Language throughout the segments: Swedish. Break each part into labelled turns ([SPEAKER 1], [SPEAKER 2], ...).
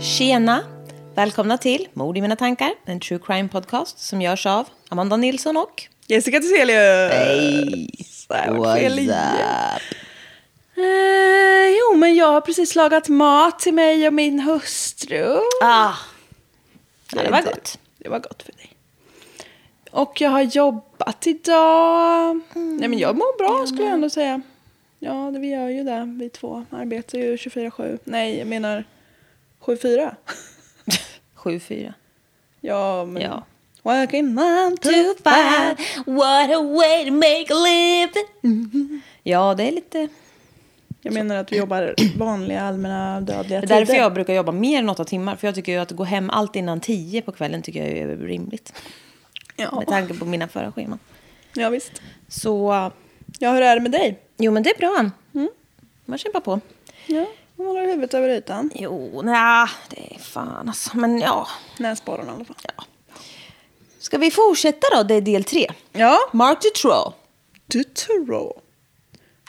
[SPEAKER 1] Tjena! Välkomna till Mord i mina tankar, en true crime podcast som görs av Amanda Nilsson och...
[SPEAKER 2] Jessica Theselius! Hej! What's Eh, jo, men jag har precis lagat mat till mig och min hustru.
[SPEAKER 1] Ah. Ja, det var gott.
[SPEAKER 2] Det var gott för dig. Och jag har jobbat idag.
[SPEAKER 1] Mm.
[SPEAKER 2] Nej, men jag mår bra skulle jag ändå säga. Ja, det, vi gör ju det, vi två. Arbetar ju 24-7. Nej, jag menar 7-4.
[SPEAKER 1] 7-4.
[SPEAKER 2] ja, men...
[SPEAKER 1] Ja.
[SPEAKER 2] Working nine to
[SPEAKER 1] Two,
[SPEAKER 2] five.
[SPEAKER 1] five. What a way to make a living!
[SPEAKER 2] Mm-hmm.
[SPEAKER 1] Ja, det är lite...
[SPEAKER 2] Jag menar att vi jobbar vanliga, allmänna, dödliga
[SPEAKER 1] Det är
[SPEAKER 2] tider.
[SPEAKER 1] därför jag brukar jobba mer än åtta timmar. För jag tycker ju att gå hem allt innan tio på kvällen tycker jag är rimligt.
[SPEAKER 2] Ja,
[SPEAKER 1] Med tanke på mina förra scheman.
[SPEAKER 2] ja visst.
[SPEAKER 1] Så,
[SPEAKER 2] Ja, hur är det med dig?
[SPEAKER 1] jo men det är bra.
[SPEAKER 2] Mm.
[SPEAKER 1] Man kämpar på.
[SPEAKER 2] Ja, hon håller huvudet över ytan.
[SPEAKER 1] Jo, nja, det är fan alltså. Men ja.
[SPEAKER 2] Näsborren i alla fall.
[SPEAKER 1] ja. Ska vi fortsätta då? Det är del tre.
[SPEAKER 2] Ja,
[SPEAKER 1] Mark Dutrow.
[SPEAKER 2] Dutero.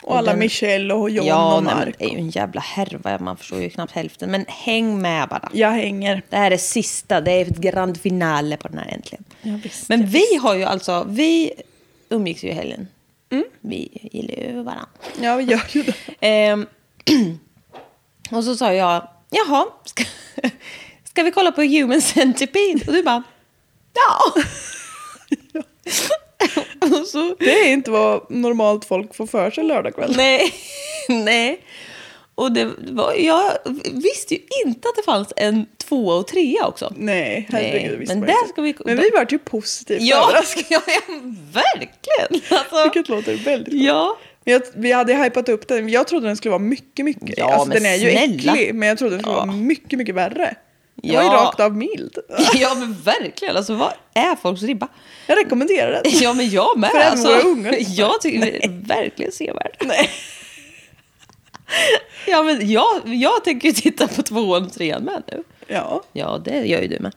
[SPEAKER 2] Och alla
[SPEAKER 1] den-
[SPEAKER 2] Michelle och John
[SPEAKER 1] Ja,
[SPEAKER 2] och
[SPEAKER 1] nej, men
[SPEAKER 2] Mark.
[SPEAKER 1] det är ju en jävla härva. Man förstår ju knappt hälften. Men häng med bara.
[SPEAKER 2] Jag hänger.
[SPEAKER 1] Det här är sista. Det är ett grand finale på den här äntligen.
[SPEAKER 2] Ja, visst,
[SPEAKER 1] men vi har ju alltså, vi umgicks ju i helgen.
[SPEAKER 2] Mm.
[SPEAKER 1] Vi gillar ju varandra.
[SPEAKER 2] Ja, vi gör ju det.
[SPEAKER 1] Ehm, och så sa jag, jaha, ska, ska vi kolla på Human Centipede? Och du bara, ja. och så,
[SPEAKER 2] Det är inte vad normalt folk får för sig lördagkväll.
[SPEAKER 1] nej, nej. Och det var, jag visste ju inte att det fanns en tvåa och trea också.
[SPEAKER 2] Nej, herregud.
[SPEAKER 1] Nej,
[SPEAKER 2] visst
[SPEAKER 1] men
[SPEAKER 2] var
[SPEAKER 1] där
[SPEAKER 2] det.
[SPEAKER 1] ska vi-
[SPEAKER 2] Men vi vart ju positivt
[SPEAKER 1] Ja,
[SPEAKER 2] överraskade.
[SPEAKER 1] ja, verkligen. Alltså,
[SPEAKER 2] Vilket låter väldigt ja.
[SPEAKER 1] ja.
[SPEAKER 2] jag, Vi hade ju hypat upp den. Jag trodde den skulle vara mycket, mycket.
[SPEAKER 1] Ja,
[SPEAKER 2] alltså,
[SPEAKER 1] men
[SPEAKER 2] den är ju
[SPEAKER 1] snälla.
[SPEAKER 2] äcklig, men jag trodde den skulle
[SPEAKER 1] Ja.
[SPEAKER 2] vara mycket, mycket värre. Den var ju
[SPEAKER 1] Ja.
[SPEAKER 2] rakt av mild.
[SPEAKER 1] ja, men verkligen. Alltså, vad är folks ribba?
[SPEAKER 2] Jag rekommenderar den.
[SPEAKER 1] Ja, men jag med.
[SPEAKER 2] För även
[SPEAKER 1] alltså,
[SPEAKER 2] våra ungar.
[SPEAKER 1] Jag tycker det är verkligen sevärd. Ja, men jag, jag tänker ju titta på tvåan och trean med nu.
[SPEAKER 2] Ja,
[SPEAKER 1] Ja, det gör ju du med.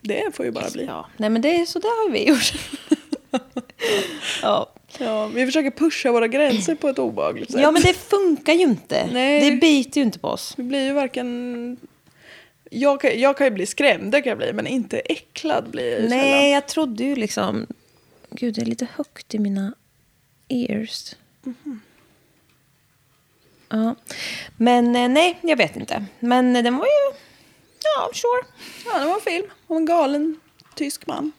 [SPEAKER 2] det får ju bara bli.
[SPEAKER 1] Ja, nej men det är så där har vi gjort. ja.
[SPEAKER 2] Ja, vi försöker pusha våra gränser på ett obehagligt sätt.
[SPEAKER 1] ja, men det funkar ju inte.
[SPEAKER 2] Nej.
[SPEAKER 1] Det biter ju inte på oss.
[SPEAKER 2] Vi blir ju varken... Jag kan, jag kan ju bli skrämd, det kan jag bli, men inte äcklad blir jag ju
[SPEAKER 1] Nej, jag trodde ju liksom... Gud, det är lite högt i mina ears. Ja. Men eh, nej, jag vet inte. Men eh, den var ju... Ja, sure.
[SPEAKER 2] sällan. Ja, det var en film om en galen tysk man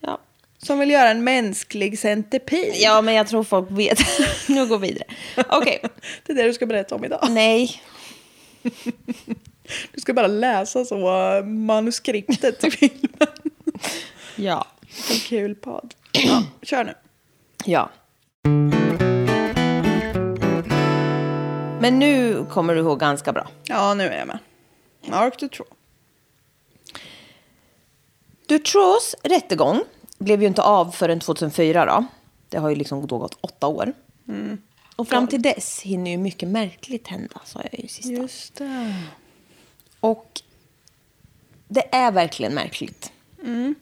[SPEAKER 1] Ja,
[SPEAKER 2] som vill göra en mänsklig centipede.
[SPEAKER 1] ja men jag tror folk vet. nu går vi vidare. Okej.
[SPEAKER 2] Det är det du ska berätta om idag.
[SPEAKER 1] Nej.
[SPEAKER 2] Du ska bara läsa så eh, manuskriptet till filmen.
[SPEAKER 1] Ja.
[SPEAKER 2] En kul podd. Ja, kör nu.
[SPEAKER 1] Ja. Men nu kommer du ihåg ganska bra.
[SPEAKER 2] Ja, nu är jag med. Mark Dutroux.
[SPEAKER 1] Dutroux rättegång blev ju inte av förrän 2004 då. Det har ju liksom då gått åtta år. Och fram till dess hinner ju mycket märkligt hända, sa jag ju sist.
[SPEAKER 2] Just det.
[SPEAKER 1] Och det är verkligen märkligt. Mm.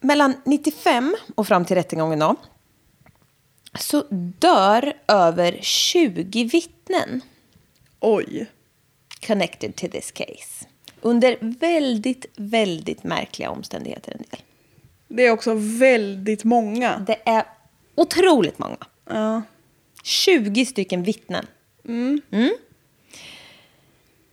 [SPEAKER 1] Mellan 95 och fram till rättegången då, så dör över 20 vittnen
[SPEAKER 2] Oj.
[SPEAKER 1] connected to this case. Under väldigt, väldigt märkliga omständigheter en del.
[SPEAKER 2] Det är också väldigt många.
[SPEAKER 1] Det är otroligt många.
[SPEAKER 2] Ja.
[SPEAKER 1] 20 stycken vittnen. Mm.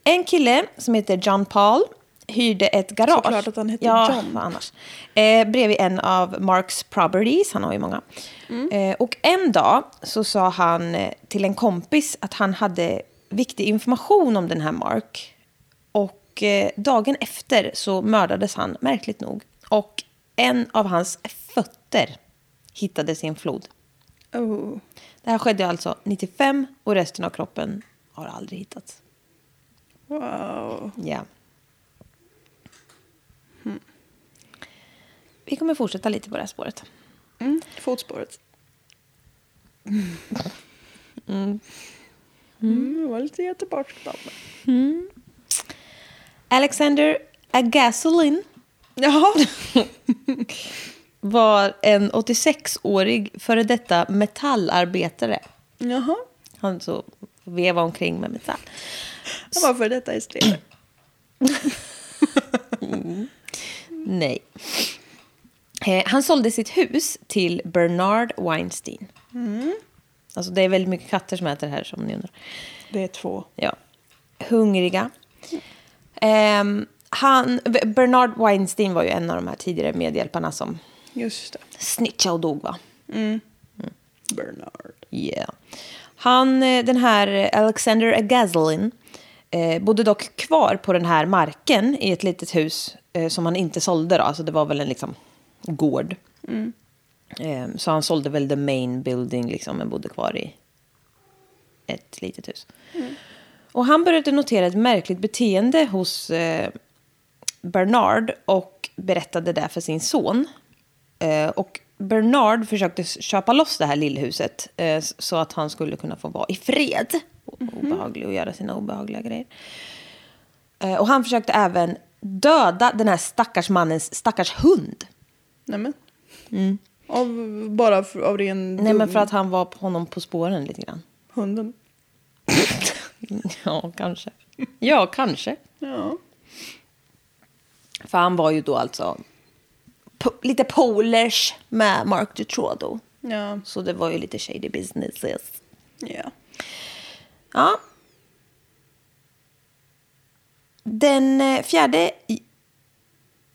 [SPEAKER 1] En kille som heter John Paul hyrde ett garage.
[SPEAKER 2] Såklart att han heter
[SPEAKER 1] ja,
[SPEAKER 2] John.
[SPEAKER 1] Vad annars. Eh, bredvid en av Marks properties, han har ju många.
[SPEAKER 2] Mm.
[SPEAKER 1] Eh, och en dag så sa han eh, till en kompis att han hade viktig information om den här Mark. Och eh, dagen efter så mördades han, märkligt nog. Och en av hans fötter hittades i en flod.
[SPEAKER 2] Oh.
[SPEAKER 1] Det här skedde alltså 95 och resten av kroppen har aldrig hittats.
[SPEAKER 2] Wow.
[SPEAKER 1] Ja. Hmm. Vi kommer fortsätta lite på det här spåret.
[SPEAKER 2] Mm. Fotspåret. Mm. Det var lite göteborgskt av mig.
[SPEAKER 1] Alexander Agasolin
[SPEAKER 2] Jaha.
[SPEAKER 1] var en 86-årig före detta metallarbetare.
[SPEAKER 2] Jaha.
[SPEAKER 1] Han så vevade omkring med metall.
[SPEAKER 2] Han var för detta i strid.
[SPEAKER 1] Nej. Eh, han sålde sitt hus till Bernard Weinstein. Alltså det är väldigt mycket katter som äter här som ni undrar.
[SPEAKER 2] Det är två.
[SPEAKER 1] Ja. Hungriga. Ehm, han, Bernard Weinstein var ju en av de här tidigare medhjälparna som
[SPEAKER 2] Just det.
[SPEAKER 1] snitchade och dog va?
[SPEAKER 2] Mm. Bernard.
[SPEAKER 1] Yeah. Han, eh, den här Alexander Agaslin eh, bodde dock kvar på den här marken i ett litet hus eh, som han inte sålde. Då. Alltså det var väl en liksom, gård. Eh, så han sålde väl the main building liksom, men bodde kvar i ett litet hus. Och han började notera ett märkligt beteende hos eh, Bernard och berättade det för sin son. Eh, och Bernard försökte s- köpa loss det här lillhuset eh, s- så att han skulle kunna få vara i fred. O- Obehaglig och göra sina obehagliga grejer. Eh, och han försökte även döda den här stackars mannens stackars hund.
[SPEAKER 2] Nämen. Mm. Av, bara för, av ren
[SPEAKER 1] Nej, men
[SPEAKER 2] dum-
[SPEAKER 1] för att han var på honom på spåren lite grann.
[SPEAKER 2] hunden.
[SPEAKER 1] ja, kanske. Ja, kanske.
[SPEAKER 2] Ja.
[SPEAKER 1] För han var ju då alltså po- lite polers med Mark Dutrodo.
[SPEAKER 2] Ja.
[SPEAKER 1] Så det var ju lite shady businesses.
[SPEAKER 2] Ja.
[SPEAKER 1] Ja. Den eh, fjärde... i-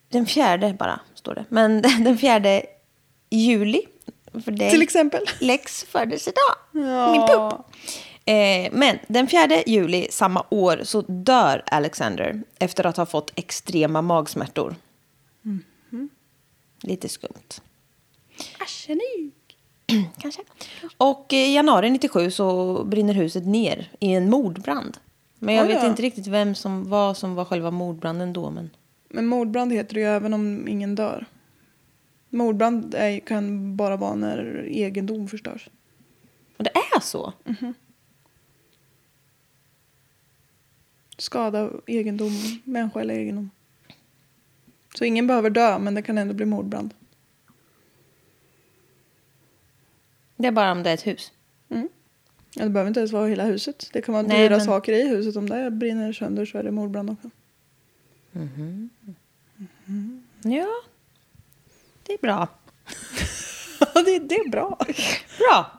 [SPEAKER 1] Den fjärde bara, står det. Men den fjärde juli. För det
[SPEAKER 2] Till exempel.
[SPEAKER 1] Lex födelsedag.
[SPEAKER 2] Ja.
[SPEAKER 1] Min pupp. Eh, men den fjärde juli samma år så dör Alexander efter att ha fått extrema magsmärtor.
[SPEAKER 2] Mhm.
[SPEAKER 1] Lite skumt.
[SPEAKER 2] Arsenik.
[SPEAKER 1] Kanske. Och i januari 97 så brinner huset ner i en mordbrand. Men jag
[SPEAKER 2] Oj
[SPEAKER 1] vet
[SPEAKER 2] då.
[SPEAKER 1] inte riktigt vem som var som var själva mordbranden då. Men...
[SPEAKER 2] Men mordbrand heter det ju även om ingen dör. Mordbrand är, kan bara vara när egendom förstörs.
[SPEAKER 1] Och det är så?
[SPEAKER 2] Skada egendom, människa eller egendom. Så ingen behöver dö, men det kan ändå bli mordbrand.
[SPEAKER 1] Det är bara om det är ett hus.
[SPEAKER 2] Mm. Ja, det behöver inte ens vara hela huset. Det kan vara
[SPEAKER 1] Nej,
[SPEAKER 2] dyra
[SPEAKER 1] men-
[SPEAKER 2] saker i huset. Om det brinner sönder så är det mordbrand också.
[SPEAKER 1] Ja, det är bra.
[SPEAKER 2] det, det är bra.
[SPEAKER 1] Bra.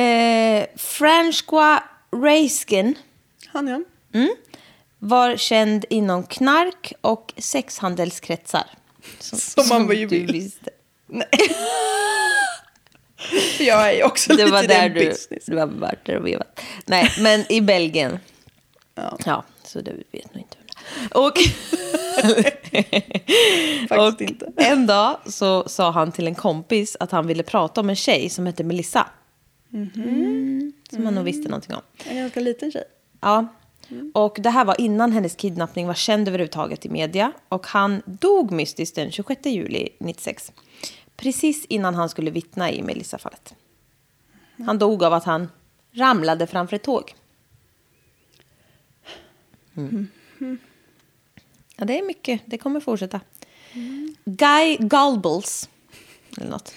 [SPEAKER 1] Eh, Francois Reisken
[SPEAKER 2] Han ja.
[SPEAKER 1] mm, var känd inom knark och sexhandelskretsar. Som,
[SPEAKER 2] Som man
[SPEAKER 1] du
[SPEAKER 2] ju vill.
[SPEAKER 1] visste.
[SPEAKER 2] För jag är ju också
[SPEAKER 1] Det
[SPEAKER 2] lite
[SPEAKER 1] var
[SPEAKER 2] i den
[SPEAKER 1] där du,
[SPEAKER 2] business.
[SPEAKER 1] du har varit där och vevat. Nej, men i Belgien.
[SPEAKER 2] Ja,
[SPEAKER 1] Ja, så du vet nog inte. vem det är. Och,
[SPEAKER 2] faktiskt
[SPEAKER 1] och
[SPEAKER 2] inte.
[SPEAKER 1] en dag så sa han till en kompis att han ville prata om en tjej som hette Melissa. Mm, som han nog visste någonting om.
[SPEAKER 2] En ganska liten tjej.
[SPEAKER 1] Ja. Och det här var innan hennes kidnappning var känd överhuvudtaget i media. Och han dog mystiskt den 26 juli 96. Precis innan han skulle vittna i Melissa-fallet. Han dog av att han ramlade framför ett tåg. Mm. Ja, det är mycket. Det kommer fortsätta. Guy Galbles, eller något,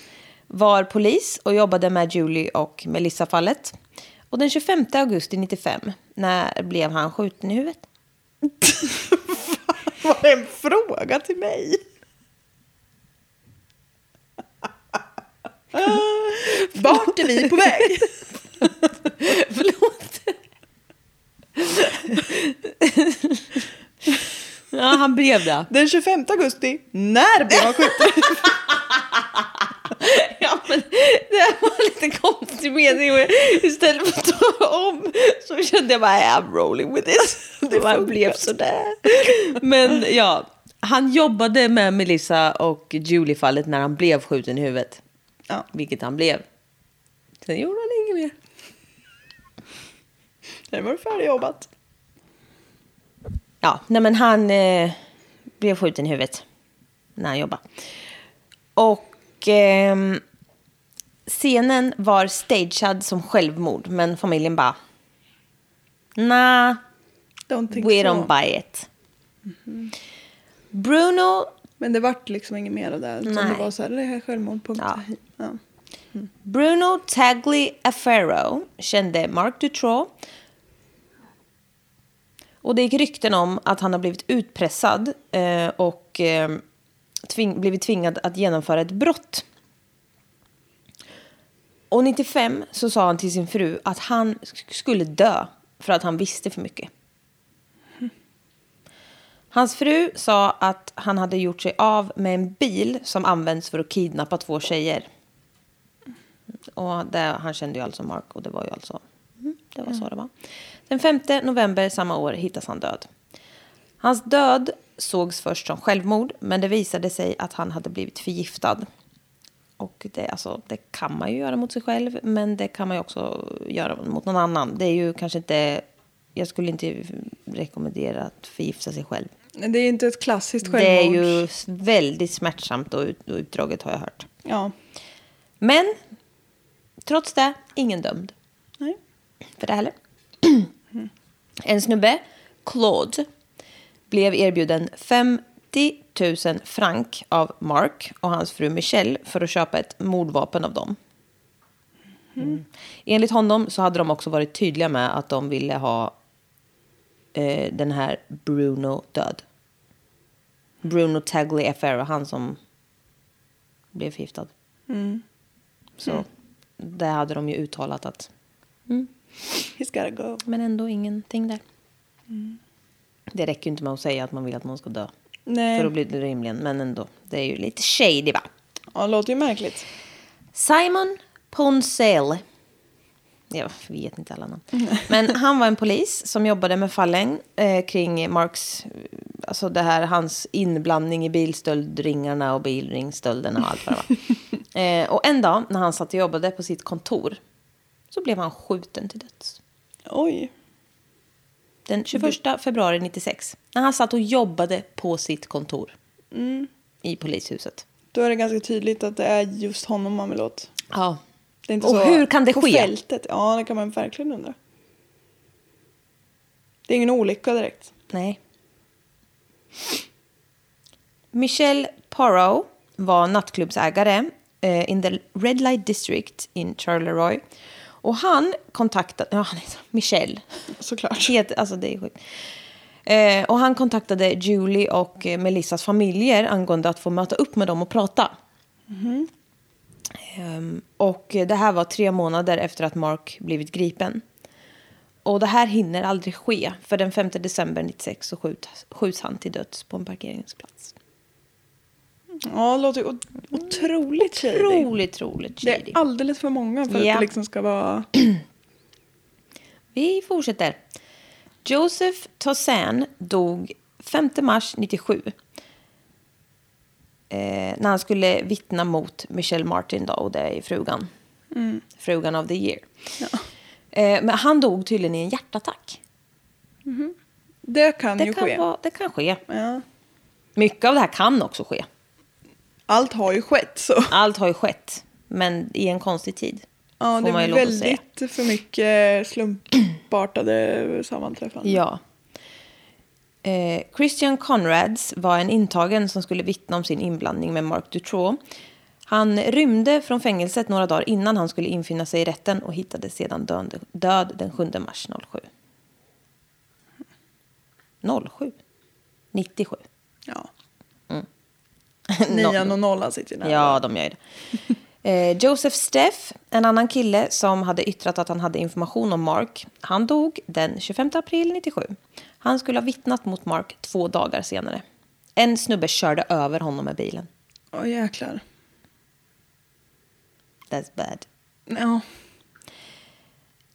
[SPEAKER 1] var polis och jobbade med Julie och Melissa-fallet. Och den 25 augusti 95, när blev han skjuten i huvudet?
[SPEAKER 2] Var det en fråga till mig? Vart är vi på väg?
[SPEAKER 1] Förlåt. ja, han blev det.
[SPEAKER 2] Den 25 augusti. När blev han skjuten?
[SPEAKER 1] Ja, men det här var en lite konstig mening. och Istället för att ta om så kände jag bara I'm rolling with this. Det bara blev sådär. Men ja, han jobbade med Melissa och Julie-fallet när han blev skjuten i huvudet.
[SPEAKER 2] Ja.
[SPEAKER 1] Vilket han blev. Sen gjorde han inget mer.
[SPEAKER 2] Det var färdigjobbat.
[SPEAKER 1] Ja, nej men han eh, blev skjuten i huvudet när han jobbade. Och ehm, scenen var stagead som självmord, men familjen bara... Nah,
[SPEAKER 2] Don't think
[SPEAKER 1] we
[SPEAKER 2] so.
[SPEAKER 1] don't buy it. Bruno
[SPEAKER 2] Men det vart liksom inget mer av det. här, Utan
[SPEAKER 1] Nej.
[SPEAKER 2] det var så här, det här är självmord. Punkt.
[SPEAKER 1] Ja.
[SPEAKER 2] Ja.
[SPEAKER 1] Bruno Tagley Affero kände Mark Dutroux. Och det gick rykten om att han har blivit utpressad eh, och eh, tving- blivit tvingad att genomföra ett brott. Och 95 så sa han till sin fru att han sk- skulle dö för att han visste för mycket. Hans fru sa att han hade gjort sig av med en bil som används för att kidnappa två tjejer. Och det, han kände ju alltså Mark och det var ju alltså... Mm, det var så det var. Den 5 november samma år hittas han död. Hans död sågs först som självmord men det visade sig att han hade blivit förgiftad. Och det, alltså, det kan man ju göra mot sig själv, men det kan man ju också göra mot någon annan. Det är ju kanske inte... Jag skulle inte rekommendera att förgifta sig själv.
[SPEAKER 2] Det är inte ett klassiskt
[SPEAKER 1] Det är
[SPEAKER 2] självmords...
[SPEAKER 1] ju s- väldigt smärtsamt och ut- och utdraget har jag hört.
[SPEAKER 2] Ja.
[SPEAKER 1] Men trots det, ingen dömd
[SPEAKER 2] Nej.
[SPEAKER 1] för det heller. En snubbe, Claude, blev erbjuden 50 000 frank av Mark och hans fru Michelle för att köpa ett mordvapen av dem. Mm. Enligt honom så hade de också varit tydliga med att de ville ha eh, den här Bruno död. Bruno Tagliaferro, han som blev förgiftad. Så det hade de ju uttalat att
[SPEAKER 2] He's gotta go.
[SPEAKER 1] men ändå ingenting där. Mm. Det räcker ju inte med att säga att man vill att någon ska dö.
[SPEAKER 2] Nej.
[SPEAKER 1] För då blir det rimligen, men ändå. Det är ju lite shady va?
[SPEAKER 2] Ja, det låter ju märkligt.
[SPEAKER 1] Simon Ponsell. Jag vet inte alla namn. Men han var en polis som jobbade med fallen eh, kring Marks, eh, alltså det här, hans inblandning i bilstöldringarna och bilringstölderna och allt vad det var. eh, och en dag när han satt och jobbade på sitt kontor så blev han skjuten till döds.
[SPEAKER 2] Oj.
[SPEAKER 1] Den 21 februari 96. När han satt och jobbade på sitt kontor. I polishuset.
[SPEAKER 2] Då är det ganska tydligt att det är just honom man vill åt.
[SPEAKER 1] Ja.
[SPEAKER 2] Det är inte
[SPEAKER 1] Och
[SPEAKER 2] så
[SPEAKER 1] hur kan det
[SPEAKER 2] på
[SPEAKER 1] ske?
[SPEAKER 2] fältet. Ja, det kan man verkligen undra. Det är ingen olycka direkt.
[SPEAKER 1] Nej. Michelle Porrow var nattklubbsägare eh, in the Red Light District in Charleroi. Och han kontaktade... Ja, han heter Michelle.
[SPEAKER 2] Såklart.
[SPEAKER 1] Helt, alltså det är sjukt. Eh, och han kontaktade Julie och eh, Melissas familjer angående att få möta upp med dem och prata. Ehm, och eh, det här var tre månader efter att Mark blivit gripen. Och det här hinner aldrig ske, för den 5 december 96 så skjuts, skjuts han till döds på en parkeringsplats.
[SPEAKER 2] Ja, det låter ju o- otroligt shady.
[SPEAKER 1] Otroligt, roligt
[SPEAKER 2] Det är
[SPEAKER 1] shady.
[SPEAKER 2] alldeles för många för
[SPEAKER 1] Ja.
[SPEAKER 2] att det liksom ska vara...
[SPEAKER 1] Vi fortsätter. Joseph Tosan dog 5 mars 97. Eh, när han skulle vittna mot Michelle Martin då, och det är ju frugan.
[SPEAKER 2] Mm.
[SPEAKER 1] Frugan of the year. Eh, men han dog tydligen i en hjärtattack.
[SPEAKER 2] Det kan
[SPEAKER 1] Det
[SPEAKER 2] ju ske.
[SPEAKER 1] kan, vara, det kan ske.
[SPEAKER 2] Ja.
[SPEAKER 1] Mycket av det här kan också ske.
[SPEAKER 2] Allt har ju skett så.
[SPEAKER 1] Allt har ju skett, men i en konstig tid.
[SPEAKER 2] Ja, det
[SPEAKER 1] man ju
[SPEAKER 2] är
[SPEAKER 1] lov att säga.
[SPEAKER 2] väldigt för mycket slumpartade sammanträffanden.
[SPEAKER 1] Ja. Eh, Christian Conrads var en intagen som skulle vittna om sin inblandning med Mark Dutroux. Han rymde från fängelset några dagar innan han skulle infinna sig i rätten och hittades sedan död, död den 7 mars 07. 07? 97?
[SPEAKER 2] Ja.
[SPEAKER 1] Noll.
[SPEAKER 2] Nian och nollan sitter ju nära.
[SPEAKER 1] Ja, de gör ju det. Eh, Joseph Steff, en annan kille som hade yttrat att han hade information om Mark, han dog den 25 april 97. Han skulle ha vittnat mot Mark två dagar senare. En snubbe körde över honom med bilen.
[SPEAKER 2] Åh jäklar.
[SPEAKER 1] That's bad.
[SPEAKER 2] Ja.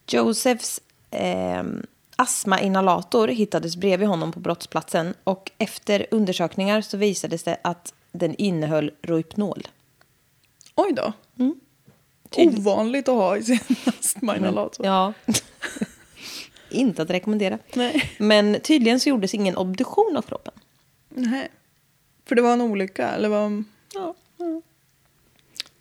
[SPEAKER 1] Josephs eh, astmainhalator hittades bredvid honom på brottsplatsen och efter undersökningar så visades det att den innehöll Rohypnol.
[SPEAKER 2] Oj då.
[SPEAKER 1] Mm. Tydligt.
[SPEAKER 2] Ovanligt att ha i sin astmainhalator.
[SPEAKER 1] Mm. Ja. Inte att rekommendera.
[SPEAKER 2] Nej.
[SPEAKER 1] Men tydligen så gjordes ingen obduktion av kroppen.
[SPEAKER 2] Nej. För det var en olycka, eller var...
[SPEAKER 1] Ja.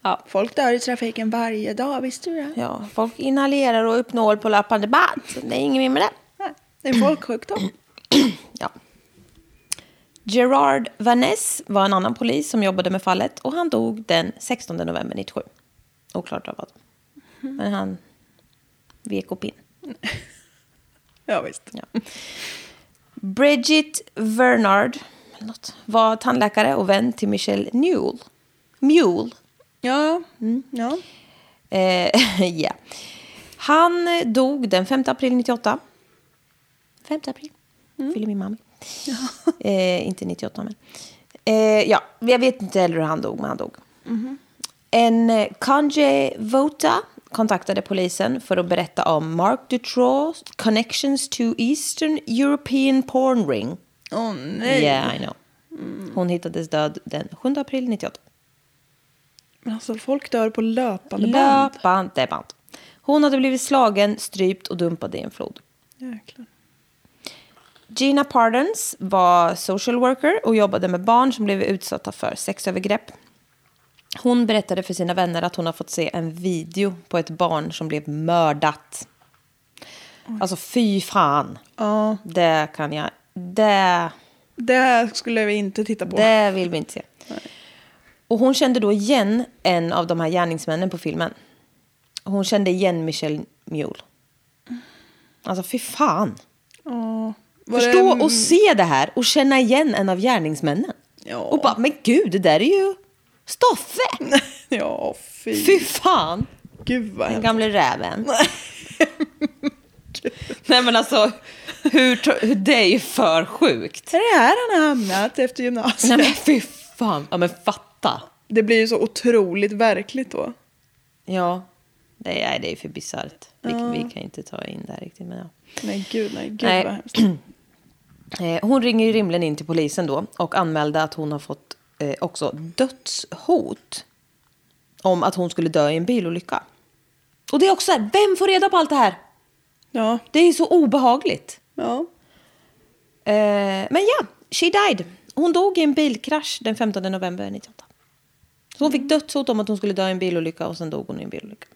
[SPEAKER 1] Ja.
[SPEAKER 2] Folk dör i trafiken varje dag, visste du det?
[SPEAKER 1] ja, folk inhalerar och uppnår på löpande band. Det är inget mer med det.
[SPEAKER 2] Nej. Det är en folksjukdom.
[SPEAKER 1] Ja. Gerard Vaness var en annan polis som jobbade med fallet och han dog den 16 november 97. Oklart av vad. Men han vek och pinn.
[SPEAKER 2] Ja, visst.
[SPEAKER 1] Ja. Bridget Vernard eller något, var tandläkare och vän till Michelle Newell. Mule.
[SPEAKER 2] Ja,
[SPEAKER 1] Mm.
[SPEAKER 2] ja.
[SPEAKER 1] Eh, ja. Han eh, dog den 5 april 98. 5 april. Fyller min mamma. Eh, inte 98, men... Eh, ja, jag vet inte heller hur han dog, men han dog. En eh, Kanje Vota kontaktade polisen för att berätta om Mark Dutroux connections to Eastern European porn ring.
[SPEAKER 2] Åh nej.
[SPEAKER 1] Yeah, I know. Hon hittades död den 7 april 98.
[SPEAKER 2] Men alltså folk dör på löpande band.
[SPEAKER 1] Löpande band. Hon hade blivit slagen, strypt och dumpad i en flod.
[SPEAKER 2] Jäklar.
[SPEAKER 1] Gina Pardons var social worker och jobbade med barn som blev utsatta för sexövergrepp. Hon berättade för sina vänner att hon har fått se en video på ett barn som blev mördat. Alltså fy fan.
[SPEAKER 2] Ja,
[SPEAKER 1] Det kan jag... Det,
[SPEAKER 2] det här skulle vi inte titta på.
[SPEAKER 1] det vill vi inte se. Och hon kände då igen en av de här gärningsmännen på filmen. Hon kände igen Michelle Mule. Alltså fy fan.
[SPEAKER 2] Ja. Var
[SPEAKER 1] Förstå
[SPEAKER 2] det-
[SPEAKER 1] och se det här och känna igen en av gärningsmännen.
[SPEAKER 2] Ja.
[SPEAKER 1] Och bara, men gud, det där är ju Stoffe!
[SPEAKER 2] Ja, fy.
[SPEAKER 1] Fy fan,
[SPEAKER 2] Gud vad
[SPEAKER 1] den
[SPEAKER 2] hemskt.
[SPEAKER 1] gamle räven. Nej men alltså, hur, tro- hur, det är ju för sjukt.
[SPEAKER 2] Är det här han har hamnat efter gymnasiet?
[SPEAKER 1] Nej men fy fan, ja men fatta.
[SPEAKER 2] Det blir ju så otroligt verkligt då.
[SPEAKER 1] Ja, det är, det är ju för bisarrt. Vi, vi kan inte ta in det här riktigt. Men ja.
[SPEAKER 2] Nej gud, nej gud
[SPEAKER 1] Nej.
[SPEAKER 2] vad hemskt.
[SPEAKER 1] Eh, Hon ringer ju rimligen in till polisen då och anmälde att hon har fått eh, också dödshot om att hon skulle dö i en bilolycka. Och det är också så här, vem får reda på allt det här?
[SPEAKER 2] Ja,
[SPEAKER 1] Det är så obehagligt.
[SPEAKER 2] ja.
[SPEAKER 1] Eh, men ja, she died. Hon dog i en bilkrasch den 15 november 98. Så hon fick dödshot om att hon skulle dö i en bilolycka och sen dog hon i en bilolycka.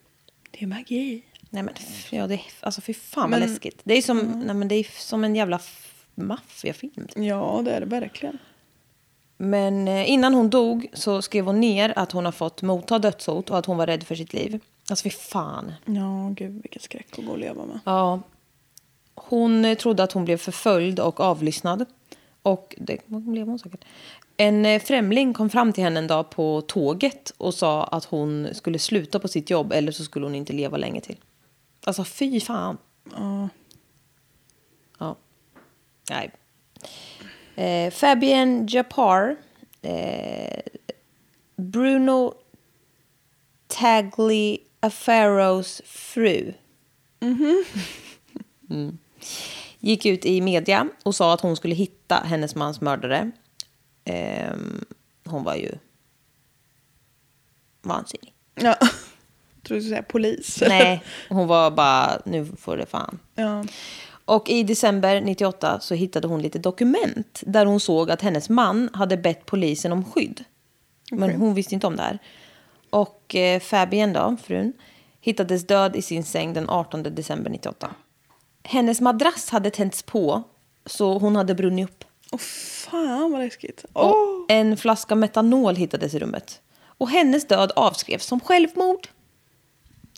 [SPEAKER 2] Det är magi.
[SPEAKER 1] Nej men f- ja, det är, alltså fy fan vad
[SPEAKER 2] Men-
[SPEAKER 1] läskigt. Det är som, nej, men det är som en jävla f- maffiafilm. typ.
[SPEAKER 2] Ja, det är det verkligen.
[SPEAKER 1] Men eh, innan hon dog så skrev hon ner att hon har fått motta dödshot och att hon var rädd för sitt liv. Alltså fy fan.
[SPEAKER 2] Ja, gud vilken skräck att gå och leva med.
[SPEAKER 1] Ja. Hon eh, trodde att hon blev förföljd och avlyssnad. Och det blev hon säkert. En eh, främling kom fram till henne en dag på tåget och sa att hon skulle sluta på sitt jobb eller så skulle hon inte leva länge till. Alltså fy fan.
[SPEAKER 2] Ja.
[SPEAKER 1] Ja. Nej. Eh, Fabian Japar. Eh, Bruno Tagli Afaros fru. mm Gick ut i media och sa att hon skulle hitta hennes mans mördare. Ehm, hon var ju vansinnig.
[SPEAKER 2] ja. Jag trodde du skulle säga polis.
[SPEAKER 1] Nej, hon var bara, nu får det fan.
[SPEAKER 2] Ja.
[SPEAKER 1] Och i december 98 så hittade hon lite dokument där hon såg att hennes man hade bett polisen om skydd. Men hon visste inte om det här. Och eh, Fabien då, frun, hittades död i sin säng den 18 december 98. Hennes madrass hade tänts på så hon hade brunnit upp.
[SPEAKER 2] Åh fan vad läskigt.
[SPEAKER 1] Och
[SPEAKER 2] Åh.
[SPEAKER 1] en flaska metanol hittades i rummet. Och hennes död avskrevs som självmord.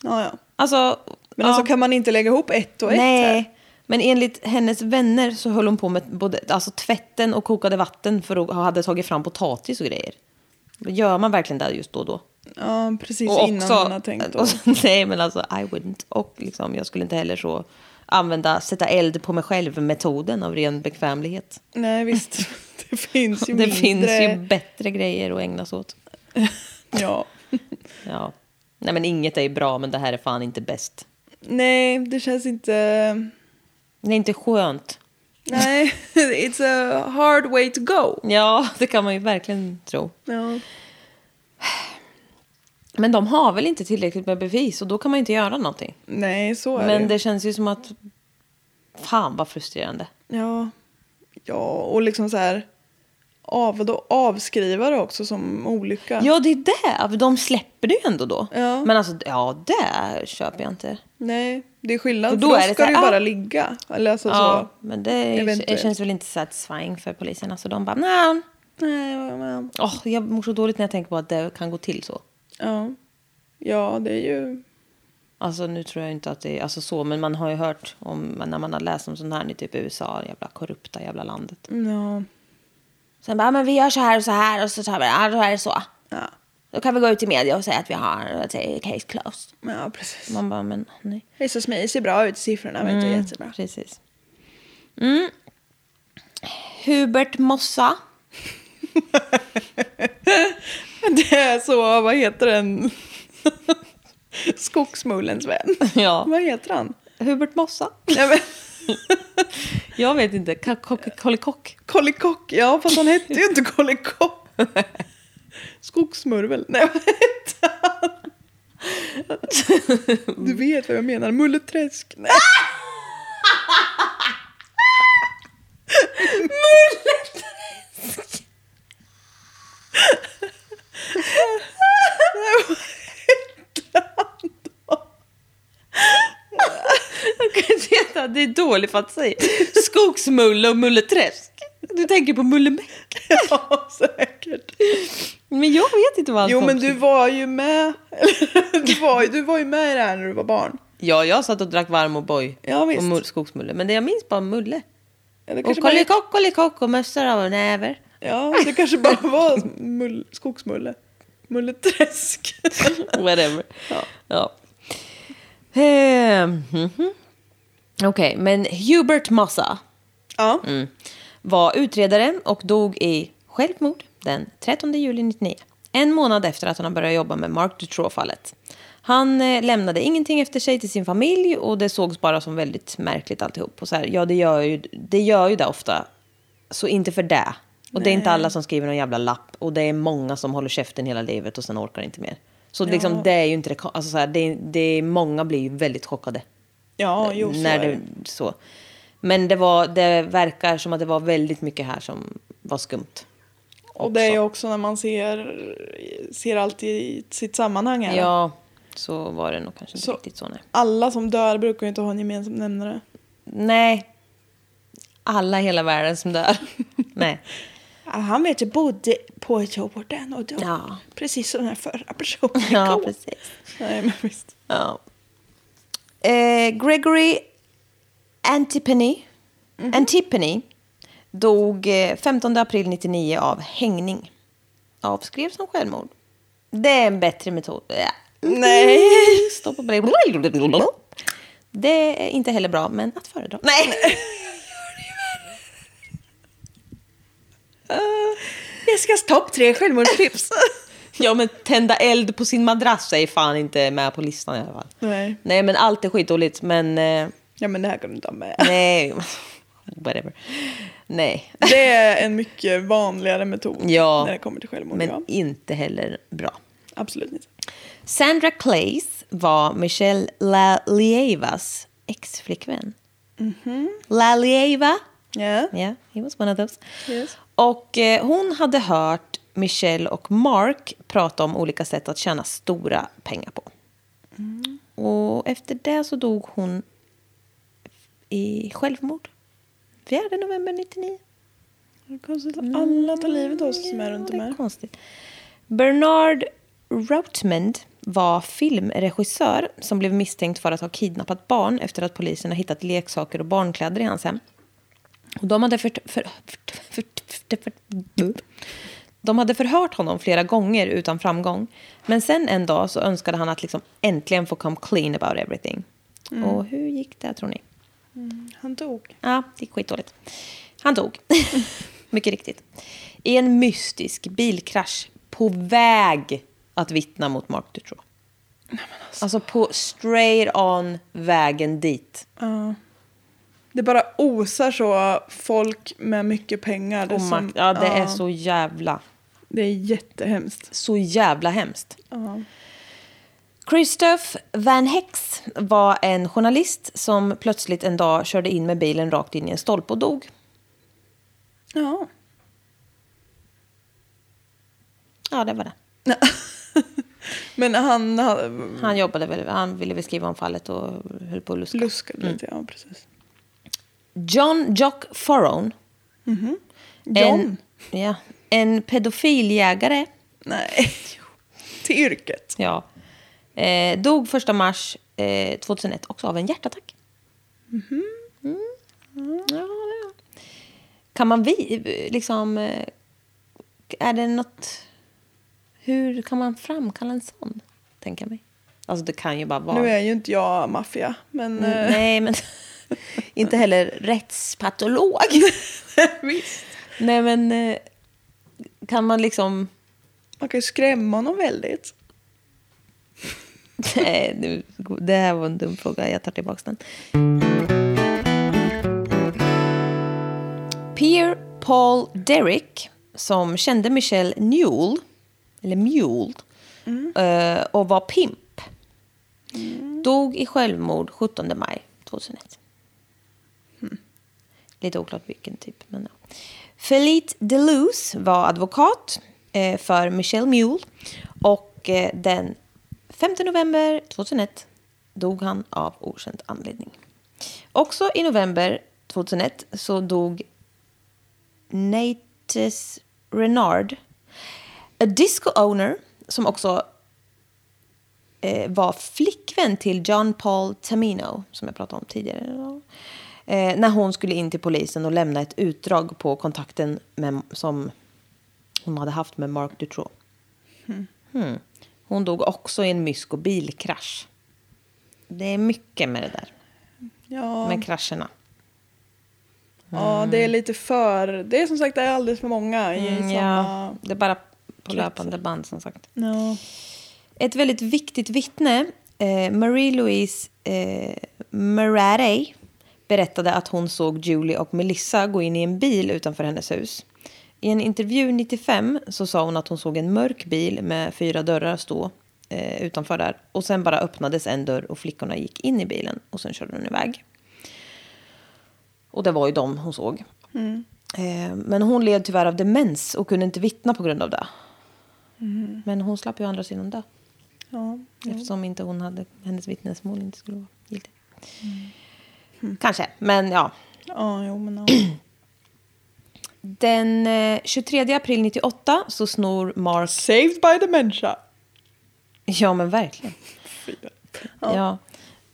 [SPEAKER 2] Ja, ja.
[SPEAKER 1] Alltså,
[SPEAKER 2] Men
[SPEAKER 1] ja.
[SPEAKER 2] alltså kan man inte lägga ihop ett och ett här?
[SPEAKER 1] Nej, men enligt hennes vänner så höll hon på med både alltså, tvätten och kokade vatten för att ha hade tagit fram potatis och grejer. Gör man verkligen det just då och då?
[SPEAKER 2] Ja, precis
[SPEAKER 1] Och
[SPEAKER 2] innan man har tänkt. Och...
[SPEAKER 1] och, så- nej, men alltså I wouldn't. Och liksom, jag skulle inte heller så använda sätta eld på mig själv-metoden av ren bekvämlighet.
[SPEAKER 2] Nej visst, det finns ju
[SPEAKER 1] Det
[SPEAKER 2] mindre.
[SPEAKER 1] finns ju bättre grejer att ägna sig åt.
[SPEAKER 2] Ja.
[SPEAKER 1] Ja. Nej, men inget är ju bra, men det här är fan inte bäst.
[SPEAKER 2] Nej, det känns inte...
[SPEAKER 1] Det är inte skönt.
[SPEAKER 2] Nej, it's a hard way to go.
[SPEAKER 1] Ja, det kan man ju verkligen tro.
[SPEAKER 2] Ja.
[SPEAKER 1] Men de har väl inte tillräckligt med bevis och då kan man ju inte göra någonting.
[SPEAKER 2] Nej, så är det.
[SPEAKER 1] Men
[SPEAKER 2] ju.
[SPEAKER 1] det känns ju som att... Fan vad frustrerande.
[SPEAKER 2] Ja. ja, och liksom så här... Av, vadå? avskriva det också som olycka.
[SPEAKER 1] Ja, det är det. De släpper det ju ändå då.
[SPEAKER 2] Ja.
[SPEAKER 1] Men alltså, ja, det köper jag inte.
[SPEAKER 2] Nej, det är
[SPEAKER 1] Och
[SPEAKER 2] skillnad.
[SPEAKER 1] då
[SPEAKER 2] Då, då
[SPEAKER 1] är det
[SPEAKER 2] ska
[SPEAKER 1] så här,
[SPEAKER 2] det ju
[SPEAKER 1] ah.
[SPEAKER 2] bara ligga. Eller alltså
[SPEAKER 1] Ja, men det, är-
[SPEAKER 2] Eventuellt.
[SPEAKER 1] känns väl inte satisfying för polisen. Alltså, de bara, nej.
[SPEAKER 2] så. Nej, men...
[SPEAKER 1] Åh, jag mår så dåligt när jag tänker på att det kan gå till så.
[SPEAKER 2] Ja. ja, det är ju
[SPEAKER 1] Alltså nu tror jag inte att det är alltså så, men man har ju hört om när man har läst om sånt här i typ USA, det jävla korrupta jävla landet.
[SPEAKER 2] Ja.
[SPEAKER 1] Sen bara, "Ja, men vi gör så här och så här och så tar vi det, ja, då är det så.
[SPEAKER 2] Ja,
[SPEAKER 1] Då kan vi gå ut i media och säga att vi har att säga, case closed.
[SPEAKER 2] ja precis.
[SPEAKER 1] Man bara, men nej.
[SPEAKER 2] Det så smidigt, ser bra ut siffrorna. Vet du, jättebra.
[SPEAKER 1] Precis. Mm. Hubert Mossa.
[SPEAKER 2] Det är så, vad heter den? Skogsmullens vän.
[SPEAKER 1] Ja.
[SPEAKER 2] Vad heter han?
[SPEAKER 1] Hubert Mossa?
[SPEAKER 2] Nej, men,
[SPEAKER 1] Jag vet inte. Kolikock?
[SPEAKER 2] Kollekock. Ja, fast han hette ju inte Kollekock. Skogsmurvel. Nej, vad hette han? Du vet vad jag menar. Mulleträsk. Nej.
[SPEAKER 1] Det är dålig fantasi. Skogsmulle och mulleträsk. Du tänker på mullemäck.
[SPEAKER 2] Ja, säkert.
[SPEAKER 1] Men jag vet inte vad han
[SPEAKER 2] Jo,
[SPEAKER 1] kom
[SPEAKER 2] men
[SPEAKER 1] till.
[SPEAKER 2] du var ju med. Eller, Du var, ju- du var ju med i det här när du var barn.
[SPEAKER 1] Ja, jag satt och drack varm och boj.
[SPEAKER 2] Ja, visst.
[SPEAKER 1] Och mul- skogsmulle. Men det jag minns bara mulle.
[SPEAKER 2] Eller
[SPEAKER 1] Och
[SPEAKER 2] kanske bara-
[SPEAKER 1] kolikock, kolikock och mössor av näver.
[SPEAKER 2] Ja, det kanske bara var mull, skogsmulle. Mulleträsk.
[SPEAKER 1] Whatever.
[SPEAKER 2] Ja.
[SPEAKER 1] Ja. Ehm, mhm. Okej, men Hubert Massa
[SPEAKER 2] Ja.
[SPEAKER 1] mm, var utredare och dog i självmord den 13 juli 99. En månad efter att han hade börjat jobba med Mark Dutroux-fallet. Han eh, lämnade ingenting efter sig till sin familj och det sågs bara som väldigt märkligt alltihop. Och så här, ja, det gör, ju, det gör ju det ofta. Så inte för det. Och det är inte alla som skriver någon jävla lapp. Och det är många som håller käften hela livet och sen orkar inte mer. Så liksom, det är ju inte det, ka- alltså så här, det, det, många blir ju väldigt chockade
[SPEAKER 2] Ja, jo, så
[SPEAKER 1] när
[SPEAKER 2] är det.
[SPEAKER 1] det, så. Men det, var, det verkar som att det var väldigt mycket här som var skumt.
[SPEAKER 2] Och det är ju också när man ser, ser allt i sitt sammanhang här.
[SPEAKER 1] Ja, så var det nog kanske inte
[SPEAKER 2] Så-
[SPEAKER 1] riktigt så. Nej.
[SPEAKER 2] Alla som dör brukar ju inte ha en gemensam nämnare.
[SPEAKER 1] nej. Alla i hela världen som dör. nej.
[SPEAKER 2] Ah, Han vet jag bodde på Djurgården och då.
[SPEAKER 1] Ja.
[SPEAKER 2] Precis som den här förra personen.
[SPEAKER 1] Ja,
[SPEAKER 2] igår.
[SPEAKER 1] precis.
[SPEAKER 2] Nej, men visst.
[SPEAKER 1] Ja. Eh, Gregory Antipany, Antipany dog eh, 15 april 99 av hängning. Avskrevs som självmord. Det är en bättre metod. Ja.
[SPEAKER 2] Nej.
[SPEAKER 1] Stoppa på det. Det är inte heller bra, men att föredra. Nej!
[SPEAKER 2] Jessicas topp tre självmordstips.
[SPEAKER 1] Ja, men tända eld på sin madrass är fan inte med på listan i alla fall.
[SPEAKER 2] Nej.
[SPEAKER 1] Nej, men allt är skitdåligt, men... Eh,
[SPEAKER 2] Ja, men det här kan du inte ha med.
[SPEAKER 1] nej. Whatever. Nej.
[SPEAKER 2] Det är en mycket vanligare metod
[SPEAKER 1] Ja.
[SPEAKER 2] när det kommer till självmord.
[SPEAKER 1] Men
[SPEAKER 2] Ja.
[SPEAKER 1] inte heller bra.
[SPEAKER 2] Absolut inte.
[SPEAKER 1] Sandra Clays var Michelle Lalievas ex-flickvän.
[SPEAKER 2] Mhm.
[SPEAKER 1] Lalieva?
[SPEAKER 2] Ja.
[SPEAKER 1] Ja, yeah, he was one of those.
[SPEAKER 2] Yes.
[SPEAKER 1] Och eh, hon hade hört Michelle och Mark prata om olika sätt att tjäna stora pengar på.
[SPEAKER 2] Mm.
[SPEAKER 1] Och efter det så dog hon i självmord. 4 november 99.
[SPEAKER 2] Det är konstigt att alla tar livet av sig som är runt
[SPEAKER 1] Mm. Ja,
[SPEAKER 2] om
[SPEAKER 1] det är
[SPEAKER 2] här.
[SPEAKER 1] konstigt. Bernard Routmond var filmregissör som blev misstänkt för att ha kidnappat barn efter att polisen har hittat leksaker och barnkläder i hans hem. Och de hade för, för, för, för, för, för, de hade förhört honom flera gånger utan framgång. Men sen en dag så önskade han att liksom äntligen få come clean about everything.
[SPEAKER 2] Mm.
[SPEAKER 1] Och hur gick det tror ni?
[SPEAKER 2] Han dog.
[SPEAKER 1] Ja, det gick skitdåligt. Han dog. Mycket riktigt. I en mystisk bilkrasch på väg att vittna mot Mark Dutroux. Alltså. på straight on vägen dit.
[SPEAKER 2] Ja. Det bara osar så folk med mycket pengar. Det,
[SPEAKER 1] Och
[SPEAKER 2] som-
[SPEAKER 1] Mark, ja, det
[SPEAKER 2] Oh ja,
[SPEAKER 1] är så jävla,
[SPEAKER 2] det är jättehemskt.
[SPEAKER 1] så jävla hemskt.
[SPEAKER 2] Ja.
[SPEAKER 1] Christoph Van Hex var en journalist som plötsligt en dag körde in med bilen rakt in i en stolpe och dog.
[SPEAKER 2] ja.
[SPEAKER 1] Ja, det var det.
[SPEAKER 2] Men han, han
[SPEAKER 1] Han jobbade väl, han ville väl skriva om fallet och höll på att luska.
[SPEAKER 2] luskade lite. Ja, precis.
[SPEAKER 1] John Jock Farron.
[SPEAKER 2] John?
[SPEAKER 1] En, ja, en pedofiljägare
[SPEAKER 2] Nej. Till yrket.
[SPEAKER 1] ja, eh, dog 1 mars eh, 2001 också av en hjärtattack. Mm. Ja, ja. Kan man vi, liksom... eh, Är det något... Hur kan man framkalla en sån? Tänker jag mig. Alltså det kan ju bara vara...
[SPEAKER 2] Nu är ju inte jag maffia, men...
[SPEAKER 1] Mm,
[SPEAKER 2] eh,
[SPEAKER 1] Nej, men inte heller rättspatolog.
[SPEAKER 2] visst.
[SPEAKER 1] Nej, men eh, kan man liksom...
[SPEAKER 2] Man kan ju skrämma honom väldigt.
[SPEAKER 1] Nej, nu, det här var en dum fråga. Jag tar tillbaka den. Pierre Paul Derrick, som kände Michelle Newell, eller Mule, eh, och var pimp, dog i självmord 17 maj 2001. Lite oklart vilken typ, men ja. Felite Deleuze var advokat eh, för Michelle Mule och eh, den 5 november 2001 dog han av okänd anledning. Också i november 2001 så dog Nates Renard, a disco owner som också eh, var flickvän till John Paul Tamino, som jag pratade om tidigare. idag, Eh, när hon skulle in till polisen och lämna ett utdrag på kontakten med, som hon hade haft med Mark Dutroux. Hmm. Hon dog också i en mysko bilkrasch. Det är mycket med det där,
[SPEAKER 2] Ja,
[SPEAKER 1] med krascherna.
[SPEAKER 2] ja, det är lite för... Det är som sagt det är alldeles för många i
[SPEAKER 1] Mm, ja,
[SPEAKER 2] samma...
[SPEAKER 1] det är bara på
[SPEAKER 2] kretsar.
[SPEAKER 1] löpande band som sagt.
[SPEAKER 2] Ja.
[SPEAKER 1] Ett väldigt viktigt vittne, eh, Marie-Louise eh, Merare, berättade att hon såg Julie och Melissa gå in i en bil utanför hennes hus. I en intervju 95 så sa hon att hon såg en mörk bil med fyra dörrar stå eh, utanför där. Och sen bara öppnades en dörr och flickorna gick in i bilen och sen körde hon iväg. Och det var ju dem hon såg.
[SPEAKER 2] Mm.
[SPEAKER 1] Eh, men hon led tyvärr av demens och kunde inte vittna på grund av det. Men hon slapp ju å andra sidan dö.
[SPEAKER 2] Ja.
[SPEAKER 1] Eftersom inte hon hade, hennes vittnesmål inte skulle vara giltigt. Kanske, men ja.
[SPEAKER 2] ja, jo men ja.
[SPEAKER 1] Den eh, 23 april 98 så snor Mark...
[SPEAKER 2] Saved by dementia.
[SPEAKER 1] Ja, men verkligen. Ja.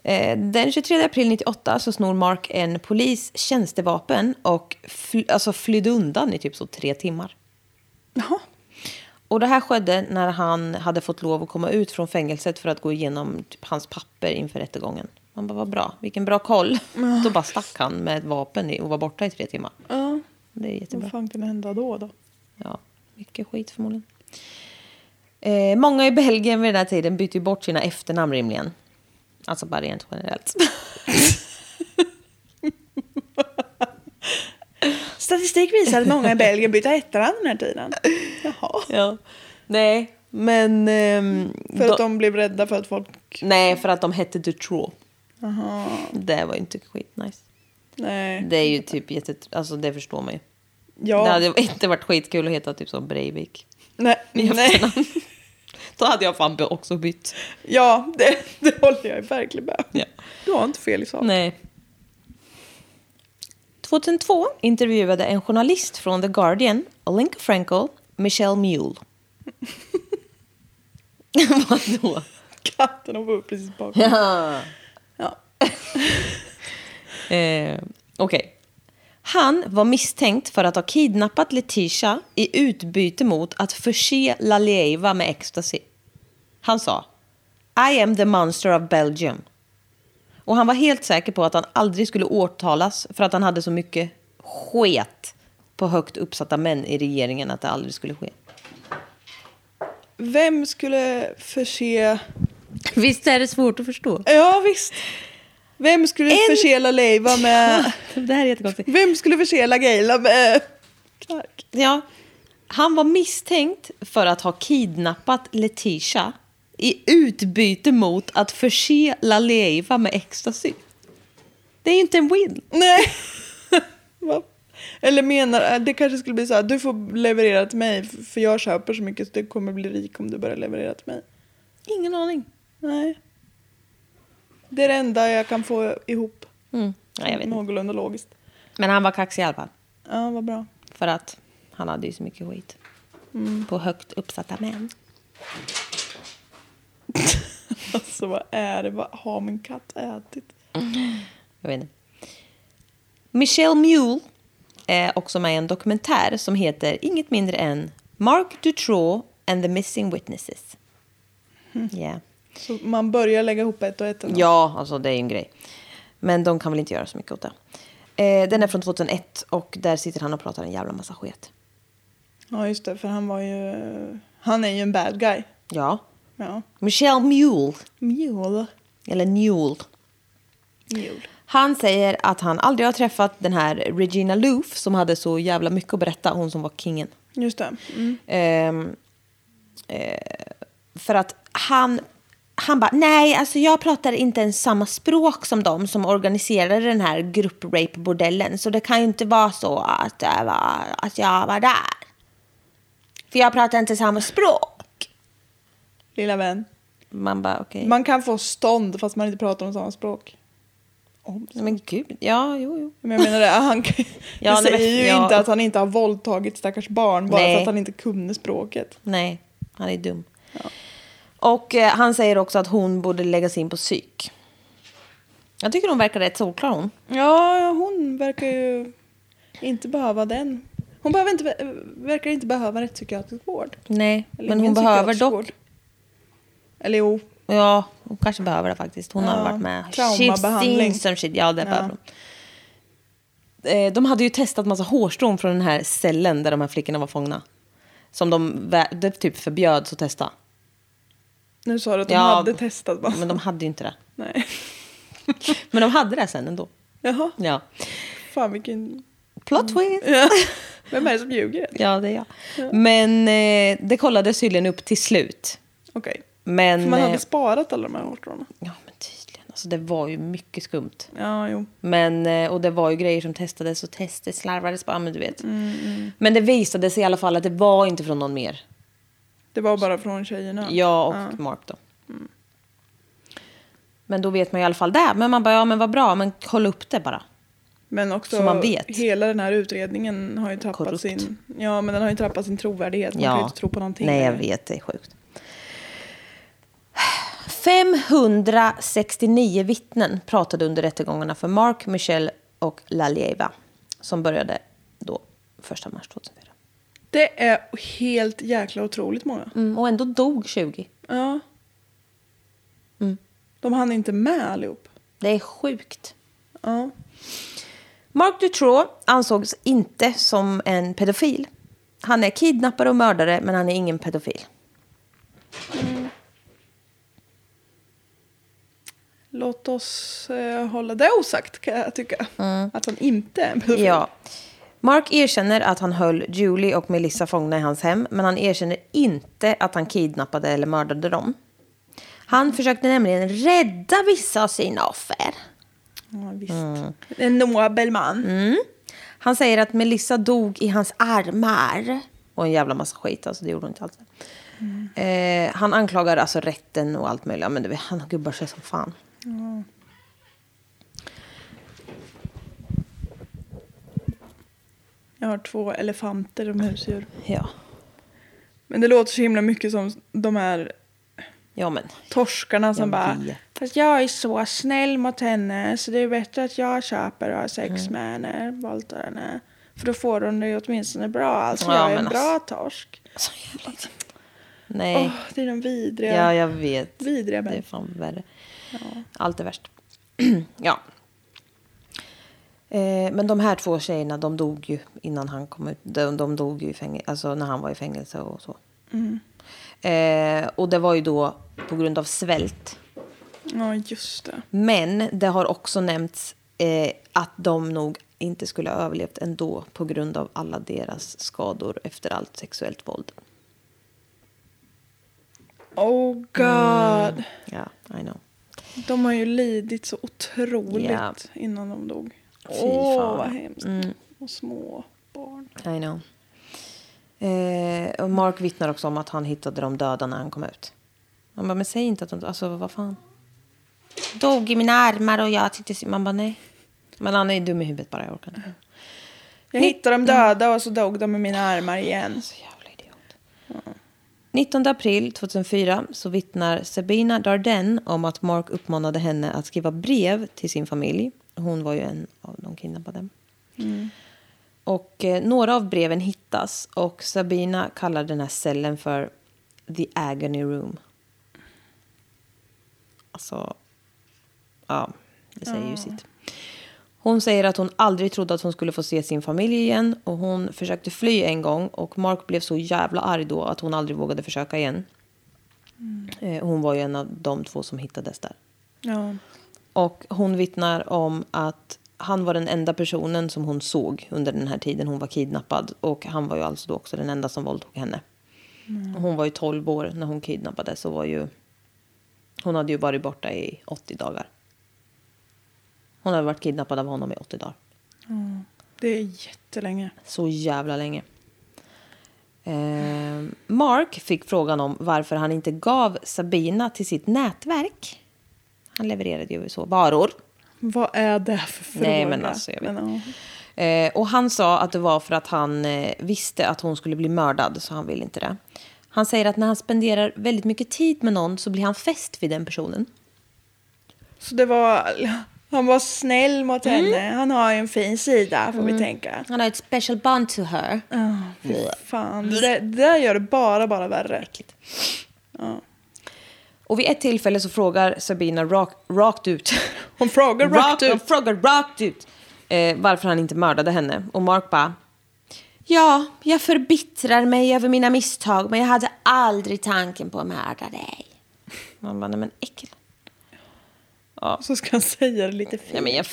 [SPEAKER 1] Eh, Den 23 april 98 så snor Mark en polis tjänstevapen och fly, alltså flydde undan i typ så tre timmar.
[SPEAKER 2] Jaha.
[SPEAKER 1] Och det här skedde när han hade fått lov att komma ut från fängelset för att gå igenom typ hans papper inför rättegången. Man bara, vad bra, vilken bra koll. Då bara stack han med ett vapen i- och var borta i tre timmar.
[SPEAKER 2] Ja.
[SPEAKER 1] Det är
[SPEAKER 2] Vad
[SPEAKER 1] jättebra.
[SPEAKER 2] fan kunde hända då då?
[SPEAKER 1] Ja, mycket skit förmodligen. Eh, många i Belgien vid den här tiden bytte ju bort sina efternamn rimligen. Alltså bara rent generellt.
[SPEAKER 2] Statistik visar att många i Belgien byter efternamn den här tiden. Jaha.
[SPEAKER 1] ja. Nej, men... ehm,
[SPEAKER 2] För att
[SPEAKER 1] de-
[SPEAKER 2] de blev rädda för att folk...
[SPEAKER 1] Nej, för att de hette Dutroux.
[SPEAKER 2] Jaha.
[SPEAKER 1] Det var ju inte skitnice.
[SPEAKER 2] Nej.
[SPEAKER 1] Det är ju typ jätte... Alltså det förstår man ju.
[SPEAKER 2] Ja.
[SPEAKER 1] Det hade inte varit skitkul att heta typ som Breivik.
[SPEAKER 2] Nej.
[SPEAKER 1] i
[SPEAKER 2] Nej.
[SPEAKER 1] efternamn. Då hade jag fan också bytt.
[SPEAKER 2] Ja, det, det håller jag verkligen med om.
[SPEAKER 1] Ja.
[SPEAKER 2] Du har inte fel i sak.
[SPEAKER 1] Nej. 2002 intervjuade en journalist från The Guardian, Olenka Frankel, Michelle Mule. Vadå?
[SPEAKER 2] Katten och var precis bakom.
[SPEAKER 1] Ja.
[SPEAKER 2] Ja.
[SPEAKER 1] Eh, Okej. Han var misstänkt för att ha kidnappat Letitia i utbyte mot att förse Lalieva med ecstasy. Han sa I am the monster of Belgium. Och han var helt säker på att han aldrig skulle åtalas för att han hade så mycket sket på högt uppsatta män i regeringen att det aldrig skulle ske.
[SPEAKER 2] Vem skulle förse...
[SPEAKER 1] Visst är det svårt att förstå?
[SPEAKER 2] Ja, visst. Vem skulle
[SPEAKER 1] En-
[SPEAKER 2] förse Laleiva
[SPEAKER 1] Eh,
[SPEAKER 2] med...
[SPEAKER 1] Det här är jättekonstigt.
[SPEAKER 2] Vem skulle förse Lagaila med knark?
[SPEAKER 1] Ja. Han var misstänkt för att ha kidnappat Letitia i utbyte mot att förse Lalieva med ecstasy. Det är ju inte en win.
[SPEAKER 2] Nej. Va? Eller menar, eh, det kanske skulle bli så här, du får leverera till mig för jag köper så mycket så du kommer bli rik om du börjar leverera till mig.
[SPEAKER 1] Ingen aning.
[SPEAKER 2] Nej. Det är det enda jag kan få ihop.
[SPEAKER 1] Mm. Ja, jag vet inte.
[SPEAKER 2] Någorlunda logiskt.
[SPEAKER 1] Men han var kaxig i alla fall.
[SPEAKER 2] Ja, vad bra.
[SPEAKER 1] För att han hade ju så mycket skit. Mm. På högt uppsatta män.
[SPEAKER 2] Alltså vad är det? Vad har min katt ätit?
[SPEAKER 1] Jag vet inte. Michelle Mule är också med i en dokumentär som heter inget mindre än Mark Dutroux and the Missing Witnesses. Yeah.
[SPEAKER 2] Så man börjar lägga ihop ett och ett. ändå.
[SPEAKER 1] Ja, alltså det är ju en grej. Men de kan väl inte göra så mycket åt det. Eh, den är från 2001 och där sitter han och pratar en jävla massa skit.
[SPEAKER 2] ja, just det. För han var ju... Han är ju en bad guy.
[SPEAKER 1] Ja.
[SPEAKER 2] Ja.
[SPEAKER 1] Michelle Mule,
[SPEAKER 2] Mule.
[SPEAKER 1] eller Newell.
[SPEAKER 2] Mule.
[SPEAKER 1] Han säger att han aldrig har träffat den här Regina Loof som hade så jävla mycket att berätta, hon som var kingen.
[SPEAKER 2] Just det. Mm.
[SPEAKER 1] Ehm, eh, för att han, han bara, nej, alltså jag pratar inte ens samma språk som de som organiserade den här grupprape-bordellen. Så det kan ju inte vara så att jag var, att jag var där. För jag pratar inte samma språk.
[SPEAKER 2] Lilla vän.
[SPEAKER 1] Man bara, okej.
[SPEAKER 2] Man kan få stånd fast man inte pratar om samma språk. Om.
[SPEAKER 1] Nej, Men gud, ja, jo, jo.
[SPEAKER 2] Men jag menar det, han
[SPEAKER 1] Ja, nej, men-
[SPEAKER 2] det säger ju
[SPEAKER 1] ja.
[SPEAKER 2] inte att han inte har våldtagit stackars barn bara
[SPEAKER 1] Nej.
[SPEAKER 2] för att han inte kunde språket.
[SPEAKER 1] Nej, han är dum. Och eh, han säger också att hon borde läggas in på psyk. Jag tycker hon verkar rätt solklar hon.
[SPEAKER 2] Ja, hon verkar ju inte behöva den. Hon behöver inte, verkar inte behöva rätt psykiatrisk vård.
[SPEAKER 1] Nej,
[SPEAKER 2] Eller
[SPEAKER 1] men
[SPEAKER 2] ingen
[SPEAKER 1] hon behöver
[SPEAKER 2] psykiatrisk
[SPEAKER 1] dock
[SPEAKER 2] vård. Eller jo,
[SPEAKER 1] Ja, hon kanske behöver det faktiskt. Hon har
[SPEAKER 2] Ja,
[SPEAKER 1] varit med.
[SPEAKER 2] traumabehandling.
[SPEAKER 1] She's seen some shit. Ja, det
[SPEAKER 2] Ja.
[SPEAKER 1] behöver hon. Eh, De hade ju testat massa hårstrån från den här cellen där de här flickorna var fångna. Som de vä- det typ förbjöds att testa.
[SPEAKER 2] nu sa du att de
[SPEAKER 1] Ja,
[SPEAKER 2] hade testat bara.
[SPEAKER 1] Men de hade ju inte det.
[SPEAKER 2] Nej.
[SPEAKER 1] Men de hade det sen ändå.
[SPEAKER 2] Jaha,
[SPEAKER 1] Ja.
[SPEAKER 2] fan vilken...
[SPEAKER 1] Plot
[SPEAKER 2] Mm.
[SPEAKER 1] twist!
[SPEAKER 2] Vem är det som ljuger?
[SPEAKER 1] Ja, det är jag. Men eh, det kollades tydligen upp till slut.
[SPEAKER 2] Okej. För
[SPEAKER 1] Men...
[SPEAKER 2] man hade
[SPEAKER 1] eh,
[SPEAKER 2] sparat alla de här hårstråna.
[SPEAKER 1] Ja, men tydligen. Alltså, det var ju mycket skumt.
[SPEAKER 2] Ja, jo.
[SPEAKER 1] Men, eh, och det var ju grejer som testades och testades, slarvades bara, men du vet.
[SPEAKER 2] Mm,
[SPEAKER 1] Men det visade sig i alla fall att det var inte från någon mer.
[SPEAKER 2] Det var bara från tjejerna.
[SPEAKER 1] Ja, och Mark då.
[SPEAKER 2] Mm.
[SPEAKER 1] Men då vet man ju i alla fall det. Men man bara, ja men vad bra, men kolla upp det bara.
[SPEAKER 2] Men också
[SPEAKER 1] Så man vet.
[SPEAKER 2] hela den här utredningen har ju tappat
[SPEAKER 1] Korrupt.
[SPEAKER 2] sin... Ja, men den har ju tappat sin trovärdighet. Man kan ju inte tro på någonting.
[SPEAKER 1] Nej, jag
[SPEAKER 2] längre.
[SPEAKER 1] vet, det är sjukt. 569 vittnen pratade under rättegångarna för Mark, Michelle och Lalieva. Som började då 1 mars 2004.
[SPEAKER 2] Det är helt jäkla otroligt många.
[SPEAKER 1] Mm, och ändå dog 20.
[SPEAKER 2] Ja.
[SPEAKER 1] Mm.
[SPEAKER 2] De hann inte med allihop.
[SPEAKER 1] Det är sjukt.
[SPEAKER 2] Ja.
[SPEAKER 1] Mark Dutroux ansågs inte som en pedofil. Han är kidnappare och mördare, men han är ingen pedofil.
[SPEAKER 2] Låt oss eh, hålla det osagt kan jag tycka. Att han inte är en pedofil.
[SPEAKER 1] Mm. Ja. Mark erkänner att han höll Julie och Melissa fångna i hans hem, men han erkänner inte att han kidnappade eller mördade dem. Han försökte nämligen rädda vissa av sina offer.
[SPEAKER 2] Ja, visst.
[SPEAKER 1] Mm.
[SPEAKER 2] En nobel man.
[SPEAKER 1] Han säger att Melissa dog i hans armar. Och en jävla massa skit, alltså det gjorde hon inte alls. Eh, han anklagar alltså rätten och allt möjligt. Ja, Men du vet, han gubbar sig som fan.
[SPEAKER 2] Jag har två elefanter som husdjur.
[SPEAKER 1] Ja,
[SPEAKER 2] Men det låter så himla mycket som de här
[SPEAKER 1] ja men.
[SPEAKER 2] torskarna som
[SPEAKER 1] Jag
[SPEAKER 2] bara...
[SPEAKER 1] vet.
[SPEAKER 2] Fast jag är så snäll mot henne så det är bättre att jag köper och har
[SPEAKER 1] Mm.
[SPEAKER 2] sex med henne, våldtar henne. För då får hon det ju åtminstone bra. Alltså
[SPEAKER 1] Ja,
[SPEAKER 2] jag är en
[SPEAKER 1] men
[SPEAKER 2] bra torsk.
[SPEAKER 1] Så jävla illa.
[SPEAKER 2] Åh,
[SPEAKER 1] Nej,
[SPEAKER 2] det är de vidriga,
[SPEAKER 1] ja jag vet.
[SPEAKER 2] vidriga
[SPEAKER 1] Det är
[SPEAKER 2] män.
[SPEAKER 1] fan värre. Allt är värst. ja. Eh, men de här två tjejerna, de dog ju innan han kom ut. De, de dog ju i fängelse, alltså när han var i fängelse och så. Mm. Eh, och det var ju då på grund av svält.
[SPEAKER 2] Ja, just det.
[SPEAKER 1] Men det har också nämnts eh, att de nog inte skulle ha överlevt ändå på grund av alla deras skador efter allt sexuellt våld.
[SPEAKER 2] Oh god.
[SPEAKER 1] Ja, I know.
[SPEAKER 2] De har ju lidit så otroligt
[SPEAKER 1] Ja.
[SPEAKER 2] innan de dog.
[SPEAKER 1] Fy
[SPEAKER 2] Åh,
[SPEAKER 1] fan.
[SPEAKER 2] vad hemskt.
[SPEAKER 1] Mm.
[SPEAKER 2] Och små barn.
[SPEAKER 1] I know. Eh, och Mark vittnar också om att han hittade dem döda när han kom ut. Han bara, men säg inte att de... Alltså, vad fan? Dog i mina armar och jag tyckte... Man bara, nej. Men han är dum i huvudet bara, jag orkar inte. Mm.
[SPEAKER 2] Jag hittade dem döda och så dog de i mina armar igen.
[SPEAKER 1] Så jävla idiot. 19 april 2004 så vittnar Sabina Darden om att Mark uppmanade henne att skriva brev till sin familj. Hon var ju en av de kidnappade. Och eh, några av breven hittas och Sabina kallar den här cellen för The Agony Room. Alltså, ja, det säger ju sitt. Hon säger att hon aldrig trodde att hon skulle få se sin familj igen och hon försökte fly en gång och Mark blev så jävla arg då att hon aldrig vågade försöka igen. Eh, Hon var ju en av de två som hittades där.
[SPEAKER 2] Ja.
[SPEAKER 1] Och hon vittnar om att han var den enda personen som hon såg under den här tiden hon var kidnappad. Och han var ju alltså då också den enda som våldtog henne. Hon var ju 12 år när hon kidnappades så var ju... Hon hade ju varit borta i 80 dagar. Hon hade varit kidnappad av honom i 80 dagar.
[SPEAKER 2] Det är jättelänge.
[SPEAKER 1] Så jävla länge. Eh, Mark fick frågan om varför han inte gav Sabina till sitt nätverk. Han levererade ju så varor.
[SPEAKER 2] Vad är det för fråga?
[SPEAKER 1] Nej, men alltså, jag vet.
[SPEAKER 2] Men, ja.
[SPEAKER 1] Eh, och han sa att det var för att han eh, visste att hon skulle bli mördad, så han ville inte det. Han säger att när han spenderar väldigt mycket tid med någon så blir han fäst vid den personen.
[SPEAKER 2] Så det var... Han var snäll mot
[SPEAKER 1] Mm.
[SPEAKER 2] henne. Han har ju en fin sida, får vi tänka.
[SPEAKER 1] Han har ett special bond to her.
[SPEAKER 2] Ja, fy fan. Det, där- det där gör det bara, bara värre.
[SPEAKER 1] Och vid ett tillfälle så frågar Sabina rak, rakt ut,
[SPEAKER 2] Hon frågar rakt ut.
[SPEAKER 1] Hon frågar rakt ut eh, varför han inte mördade henne. Och Mark bara, ja, jag förbittrar mig över mina misstag men jag hade aldrig tanken på att mörda dig. Man bara, nej men äckel.
[SPEAKER 2] Så ska han säga det lite fint.
[SPEAKER 1] Ja, men jag...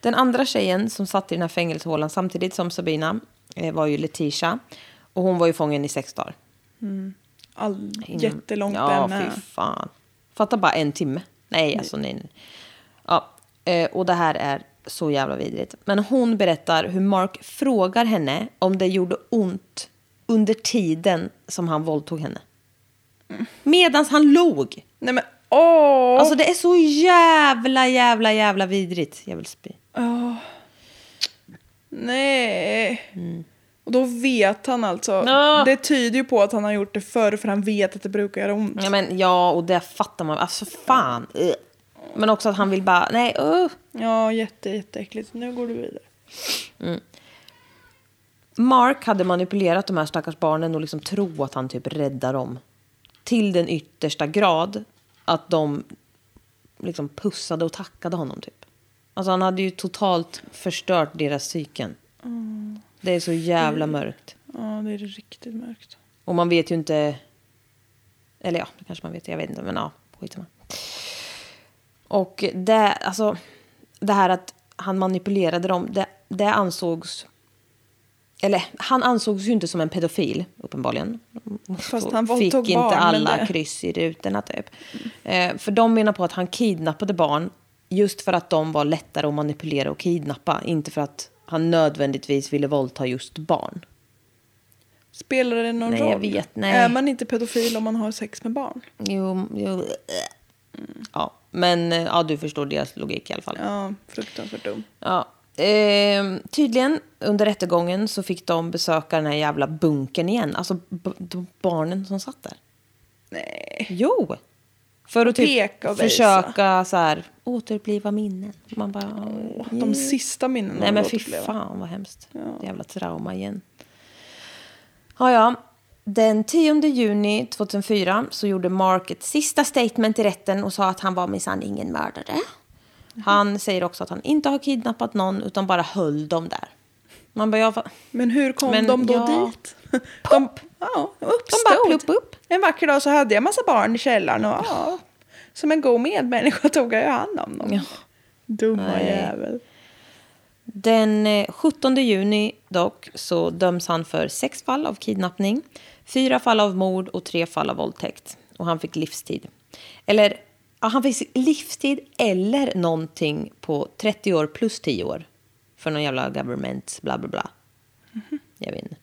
[SPEAKER 1] Den andra tjejen som satt i den här fängelsehålan samtidigt som Sabina eh, var ju Letitia. Och hon var ju fången i sex dagar.
[SPEAKER 2] All,
[SPEAKER 1] Inom-
[SPEAKER 2] jättelångt
[SPEAKER 1] Mm. Ja,
[SPEAKER 2] där med.
[SPEAKER 1] fy fan. Fatta bara en timme. Nej, alltså nej. nej. Ja, eh, och det här är så jävla vidrigt. Men hon berättar hur Mark frågar henne om det gjorde ont under tiden som han våldtog henne. Medan han låg.
[SPEAKER 2] Nej men åh!
[SPEAKER 1] Alltså det är så jävla, jävla, jävla vidrigt. Jag vill spy.
[SPEAKER 2] Åh. Nej. Och då vet han alltså.
[SPEAKER 1] Mm. Ja.
[SPEAKER 2] Det tyder ju på att han har gjort det förr för han vet att det brukar göra ont.
[SPEAKER 1] Ja, men, ja, och det fattar man. Alltså fan. Ugh. Men också att han vill bara, nej, uh.
[SPEAKER 2] Ja, jätte, jätteäckligt. Nu går du vidare.
[SPEAKER 1] Mark hade manipulerat de här stackars barnen och liksom tro att han typ räddar dem. Till den yttersta grad att de liksom pussade och tackade honom typ. Alltså han hade ju totalt förstört deras psyken. Det är så jävla mörkt.
[SPEAKER 2] Ja, det är riktigt mörkt.
[SPEAKER 1] Och man vet ju inte... Eller ja, det kanske man vet. Jag vet inte, men ja, skitsamma. Och det, alltså, det här att han manipulerade dem, det, det ansågs... Eller, han ansågs ju inte som en pedofil, uppenbarligen.
[SPEAKER 2] Fast han
[SPEAKER 1] Fick
[SPEAKER 2] våldtog
[SPEAKER 1] inte
[SPEAKER 2] barn, men
[SPEAKER 1] alla
[SPEAKER 2] det-
[SPEAKER 1] kryss i rutorna, typ. Eh, för de menar på att han kidnappade barn just för att de var lättare att manipulera och kidnappa. Inte för att han nödvändigtvis ville våldta just barn.
[SPEAKER 2] Spelar det någon
[SPEAKER 1] Nej,
[SPEAKER 2] roll?
[SPEAKER 1] jag vet, nej.
[SPEAKER 2] Är man inte pedofil om man har sex med barn?
[SPEAKER 1] Jo, jo. Ja, men eh, ja, du förstår deras logik i alla fall.
[SPEAKER 2] Ja, fruktansvärt dum.
[SPEAKER 1] Ja. Ehm, tydligen, under rättegången så fick de besöka den här jävla bunkern igen. Alltså b- de barnen som satt där.
[SPEAKER 2] Nej.
[SPEAKER 1] Jo! För att typ
[SPEAKER 2] Peka och visa.
[SPEAKER 1] försöka så här, återuppliva minnen. Man bara... ja,
[SPEAKER 2] De sista minnena
[SPEAKER 1] Nej
[SPEAKER 2] man
[SPEAKER 1] men
[SPEAKER 2] låter
[SPEAKER 1] fy
[SPEAKER 2] uppleva.
[SPEAKER 1] fan vad hemskt.
[SPEAKER 2] Ja.
[SPEAKER 1] Det jävla trauma igen. Ja, ja. Den 10 juni 2004 så gjorde Mark ett sista statement i rätten och sa att han var minsann ingen mördare. Han säger också att han inte har kidnappat någon utan bara höll dem där. Man bara, ja, va-
[SPEAKER 2] Men hur kom
[SPEAKER 1] Men
[SPEAKER 2] de då
[SPEAKER 1] ja.
[SPEAKER 2] dit? De, ja, uppstod.
[SPEAKER 1] bara plupp upp.
[SPEAKER 2] En vacker dag så hade jag massa barn i källaren och ja, som en god medmänniska tog jag ju hand om dem.
[SPEAKER 1] Ja.
[SPEAKER 2] Dumma
[SPEAKER 1] Nej.
[SPEAKER 2] jävel.
[SPEAKER 1] Den eh, 17 juni dock så döms han för sex fall av kidnappning, fyra fall av mord och tre fall av våldtäkt. Och han fick livstid. Eller, ja, han fick livstid eller någonting på 30 år plus 10 år. För någon jävla government, bla bla bla. Jag vet inte.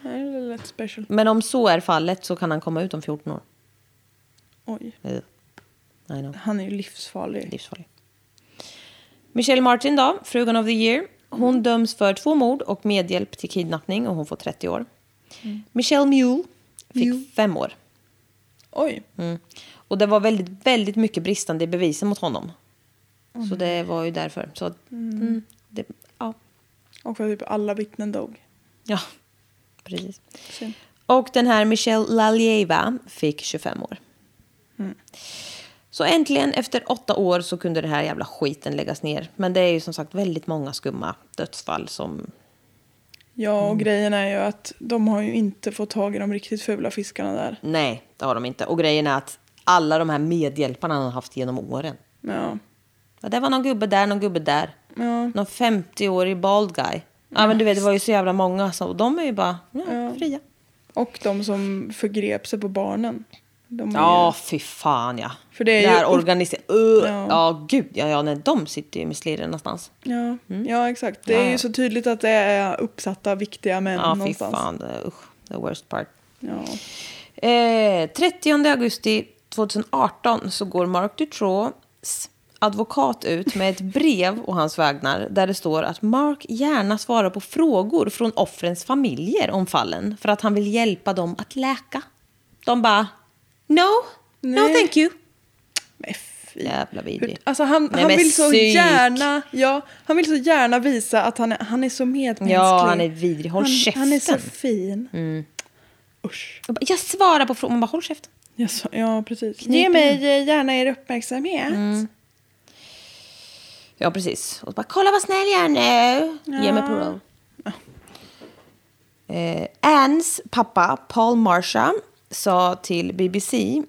[SPEAKER 2] Nej, det lät special.
[SPEAKER 1] Men om så är fallet så kan han komma ut om 14 år.
[SPEAKER 2] Oj,
[SPEAKER 1] Eh, I know.
[SPEAKER 2] han är ju livsfarlig.
[SPEAKER 1] Livsfarlig. Michelle Martin då, frugan of the year. Hon Mm. döms för två mord och medhjälp till kidnappning och hon får 30 år. Michelle Mule Fick
[SPEAKER 2] Jo.
[SPEAKER 1] fem år.
[SPEAKER 2] Oj.
[SPEAKER 1] Mm. Och det var väldigt, väldigt mycket bristande i bevisen mot honom. så det var ju därför. Så, att- mm, det, ja.
[SPEAKER 2] Och för typ alla vittnen dog.
[SPEAKER 1] ja, precis.
[SPEAKER 2] Synd.
[SPEAKER 1] Och den här Michelle Lalieva fick 25 år.
[SPEAKER 2] Mm.
[SPEAKER 1] Så äntligen efter åtta år så kunde den här jävla skiten läggas ner. Men det är ju som sagt väldigt många skumma dödsfall som...
[SPEAKER 2] Ja, och
[SPEAKER 1] Mm.
[SPEAKER 2] grejen är ju att de har ju inte fått tag i de riktigt fula fiskarna där.
[SPEAKER 1] Nej, det har de inte. Och grejen är att alla de här medhjälparna han har haft genom åren.
[SPEAKER 2] Ja.
[SPEAKER 1] Ja, det var någon gubbe där, någon gubbe där.
[SPEAKER 2] Ja.
[SPEAKER 1] Någon 50-årig bald guy. Ja, men du vet, det var ju så jävla många. Så och de är ju bara ja,
[SPEAKER 2] Ja.
[SPEAKER 1] fria.
[SPEAKER 2] Och de som förgrep sig på barnen. De är
[SPEAKER 1] Ja,
[SPEAKER 2] ju-
[SPEAKER 1] fy fan ja.
[SPEAKER 2] För det är ju
[SPEAKER 1] här
[SPEAKER 2] upp-
[SPEAKER 1] organiserat. Uh,
[SPEAKER 2] Ja.
[SPEAKER 1] ja. gud. Ja, ja, nej, de sitter ju med sliren någonstans.
[SPEAKER 2] Ja, ja exakt. Det
[SPEAKER 1] Mm. Ja,
[SPEAKER 2] är ju
[SPEAKER 1] ja.
[SPEAKER 2] så tydligt att det är uppsatta, viktiga män
[SPEAKER 1] Ja, fy
[SPEAKER 2] någonstans.
[SPEAKER 1] fan. Det, usch, the worst part.
[SPEAKER 2] Ja.
[SPEAKER 1] Eh, 30 augusti 2018 så går Mark Dutroux advokat ut med ett brev och hans vägnar där det står att Mark gärna svarar på frågor från offrens familjer om fallen för att han vill hjälpa dem att läka. De bara, no,
[SPEAKER 2] Nej.
[SPEAKER 1] no thank you.
[SPEAKER 2] Men fy.
[SPEAKER 1] Jävla
[SPEAKER 2] Hur,
[SPEAKER 1] vidrig.
[SPEAKER 2] alltså han,
[SPEAKER 1] Nej,
[SPEAKER 2] han
[SPEAKER 1] men
[SPEAKER 2] vill så
[SPEAKER 1] psyk.
[SPEAKER 2] gärna ja, Han vill så gärna visa att han är, han är så medmänsklig.
[SPEAKER 1] Ja, han är vidrig. Håll
[SPEAKER 2] han, han är så
[SPEAKER 1] käften. Mm.
[SPEAKER 2] fin. Usch.
[SPEAKER 1] Jag bara, Jag svarar på frågor, man bara håll käften.
[SPEAKER 2] Jag sa- ja, precis. Mm.
[SPEAKER 1] Knip
[SPEAKER 2] Ge
[SPEAKER 1] in.
[SPEAKER 2] mig eh, gärna er uppmärksamhet.
[SPEAKER 1] Ja, precis. Och bara, kolla vad snäll jag är nu. Ge mig parole. Eh, Anns pappa, Paul Marsha, sa till BBC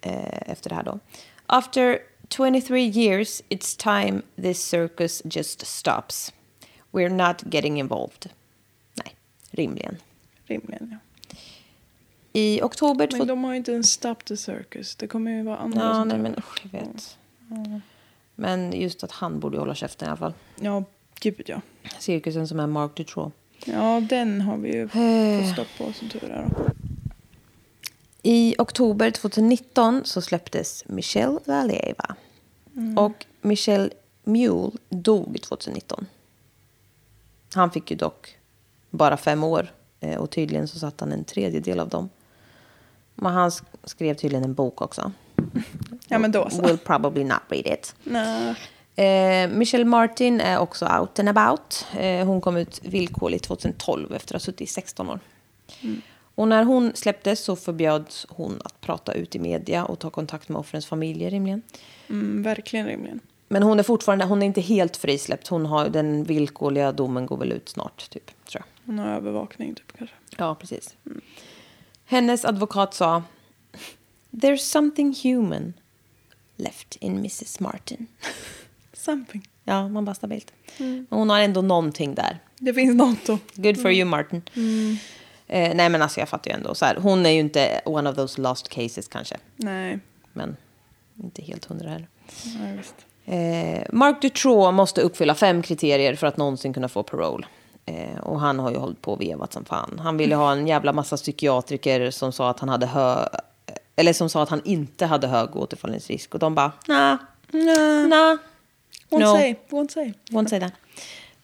[SPEAKER 1] eh, efter det här då. After 23 years it's time this circus just stops. We're not getting involved. Nej, rimligen.
[SPEAKER 2] Rimligen, ja.
[SPEAKER 1] I oktober... två-
[SPEAKER 2] Men de har ju inte en stop the circus. Det kommer ju vara andra
[SPEAKER 1] Ja,
[SPEAKER 2] som
[SPEAKER 1] nej,
[SPEAKER 2] tar-
[SPEAKER 1] men usch, jag vet. Men just att han borde ju hålla käften i alla fall.
[SPEAKER 2] Ja, gud ja.
[SPEAKER 1] Cirkusen som är Mark Dutroux.
[SPEAKER 2] Ja, den har vi ju fått
[SPEAKER 1] Eh.
[SPEAKER 2] stopp på som tur är. Då.
[SPEAKER 1] I oktober 2019 så släpptes Michelle Valieva. Och Michelle Mule dog 2019. Han fick ju dock bara fem år eh, och tydligen så satt han en tredjedel av dem. Men han sk- skrev tydligen en bok också.
[SPEAKER 2] Ja, men då så.
[SPEAKER 1] Will probably not read it.
[SPEAKER 2] Nej.
[SPEAKER 1] Eh, Michelle Martin är också out and about. Eh, hon kom ut villkorligt 2012 efter att ha suttit i 16 år. Mm. Och när hon släpptes så förbjöds hon att prata ut i media och ta kontakt med offrens familjer rimligen.
[SPEAKER 2] Mm, verkligen rimligen.
[SPEAKER 1] Men hon är fortfarande, hon är inte helt frisläppt. Hon har den villkorliga domen går väl ut snart typ, tror jag.
[SPEAKER 2] Hon har övervakning typ kanske.
[SPEAKER 1] Ja, precis. Mm. Hennes advokat sa There's something human left in Mrs Martin.
[SPEAKER 2] Something.
[SPEAKER 1] Ja, man bara stabilt. Men hon har ändå någonting där.
[SPEAKER 2] Det finns något då.
[SPEAKER 1] Good for you, Martin. Eh, nej, men alltså jag fattar ju ändå. Så här, hon är ju inte one of those lost cases kanske.
[SPEAKER 2] Nej,
[SPEAKER 1] Men inte helt hundra här.
[SPEAKER 2] ja, visst.
[SPEAKER 1] Eh, Mark Dutroux måste uppfylla fem kriterier för att någonsin kunna få parole. Eh, och han har ju hållit på och vevat som fan. Han ville ha en jävla massa psykiatriker som sa att han hade hö... Eller som sa att han inte hade hög återfallsrisk. Och de bara, nah,
[SPEAKER 2] Nej.
[SPEAKER 1] nah.
[SPEAKER 2] Won't
[SPEAKER 1] No.
[SPEAKER 2] say, won't say.
[SPEAKER 1] Won't say that.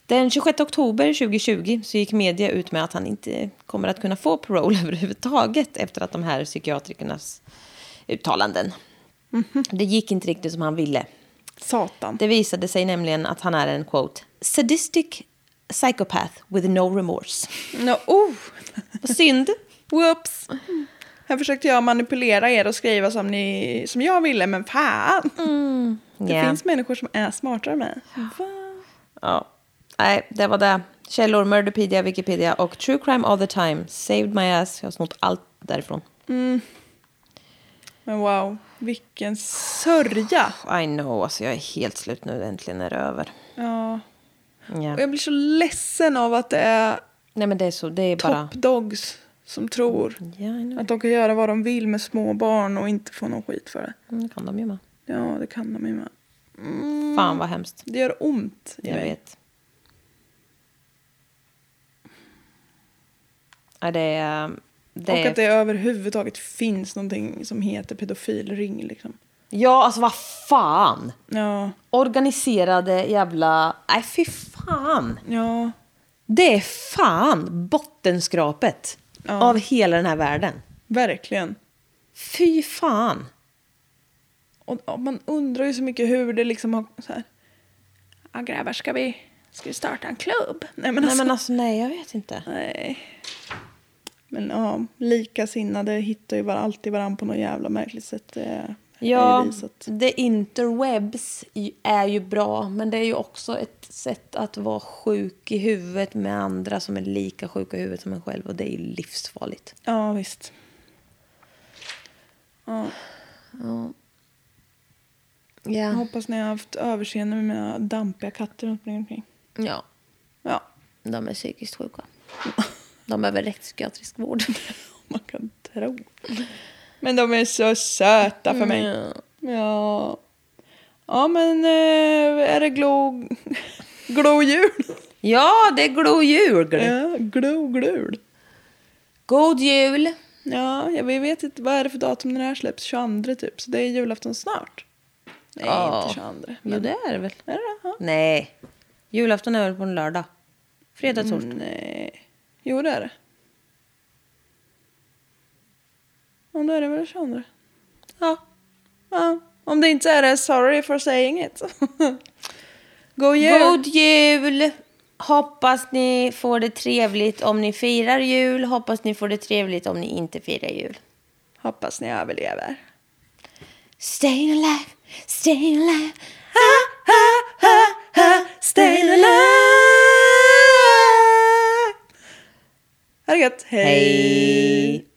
[SPEAKER 1] Den 26 oktober 2020 så gick media ut med att han inte kommer att kunna få parole överhuvudtaget efter att de här psykiatrikernas uttalanden.
[SPEAKER 2] Mhm.
[SPEAKER 1] Det gick inte riktigt som han ville.
[SPEAKER 2] Satan.
[SPEAKER 1] Det visade sig nämligen att han är en quote sadistic psychopath with no remorse.
[SPEAKER 2] No, oh.
[SPEAKER 1] Vad synd.
[SPEAKER 2] Whoops. Här försökte jag manipulera er och skriva som, ni, som jag ville, men fan. Mm. Det
[SPEAKER 1] Mm. Ja.
[SPEAKER 2] finns människor som är smartare än mig. Va?
[SPEAKER 1] Ja. Nej, det var det. Källor, Murderpedia, Wikipedia och True Crime All The Time. Saved my ass. Jag har snott allt därifrån.
[SPEAKER 2] Men wow, vilken sörja.
[SPEAKER 1] I know, alltså jag är helt slut nu. Äntligen är det över.
[SPEAKER 2] Ja.
[SPEAKER 1] Ja.
[SPEAKER 2] Och jag blir så ledsen av att det är
[SPEAKER 1] Nej men det är så, det är bara...
[SPEAKER 2] top dogs som tror
[SPEAKER 1] Ja, I know.
[SPEAKER 2] att de kan göra vad de vill med små barn och inte få någon skit för det.
[SPEAKER 1] Mm, det kan de ju med.
[SPEAKER 2] Ja, det kan de ju med. Mm,
[SPEAKER 1] Fan vad hemskt.
[SPEAKER 2] Det gör ont i
[SPEAKER 1] Jag
[SPEAKER 2] mig.
[SPEAKER 1] vet. Ja, det är... um, Det
[SPEAKER 2] Och
[SPEAKER 1] är...
[SPEAKER 2] att det överhuvudtaget finns någonting som heter pedofilring. Liksom.
[SPEAKER 1] Ja, alltså vad fan!
[SPEAKER 2] Ja,
[SPEAKER 1] Organiserade jävla... Nej, fy fan!
[SPEAKER 2] ja,
[SPEAKER 1] Det är fan bottenskrapet.
[SPEAKER 2] Ja.
[SPEAKER 1] av hela den här världen.
[SPEAKER 2] Verkligen.
[SPEAKER 1] Fy fan!
[SPEAKER 2] Och, och man undrar ju så mycket hur det liksom har... Så här, ja, grabbar, ska vi, ska vi starta en klubb? Nej, men
[SPEAKER 1] Nej,
[SPEAKER 2] alltså...
[SPEAKER 1] men alltså, nej, jag vet inte.
[SPEAKER 2] Nej. Men ja, likasinnade hittar ju var, alltid varandra på något jävla märkligt sätt. Det är
[SPEAKER 1] Ja,
[SPEAKER 2] ju vi, så att-
[SPEAKER 1] det interwebs i- är ju bra, men det är ju också ett sätt att vara sjuk i huvudet med andra som är lika sjuka i huvudet som en själv och det är ju livsfarligt.
[SPEAKER 2] Ja, visst. Ja,
[SPEAKER 1] Ja.
[SPEAKER 2] jag
[SPEAKER 1] Ja.
[SPEAKER 2] hoppas ni har haft överseende med mina dampiga katter runt omkring. omkring.
[SPEAKER 1] ja,
[SPEAKER 2] Ja,
[SPEAKER 1] de är psykiskt sjuka. De behöver rätt psykiatrisk vård.
[SPEAKER 2] man kan tro. Men de är så söta för mig.
[SPEAKER 1] Ja.
[SPEAKER 2] Ja. Ja, men eh, är det glo... Glojul?
[SPEAKER 1] Ja, det är god jul!
[SPEAKER 2] Ja, glojul.
[SPEAKER 1] God jul!
[SPEAKER 2] Ja, jag vet inte. Vad är det för datum när det här släpps? 22 typ. Så det är julafton snart. Nej,
[SPEAKER 1] Ja.
[SPEAKER 2] inte 22.
[SPEAKER 1] Jo, det är det väl.
[SPEAKER 2] Är det det? Ja.
[SPEAKER 1] Nej, julafton är väl på en lördag? Fredag, torsdag?
[SPEAKER 2] Nej. Mm, eh, Jo, det är det. Ja, då är det väl 22.
[SPEAKER 1] Ja.
[SPEAKER 2] Ja. Om det inte är det, sorry for saying it. God jul!
[SPEAKER 1] God jul! Hoppas ni får det trevligt om ni firar jul. Hoppas ni får det trevligt om ni inte firar jul.
[SPEAKER 2] Hoppas ni överlever.
[SPEAKER 1] Stay alive, stay alive.
[SPEAKER 2] Stay alive! Ha det gött! Hej!
[SPEAKER 1] Hej!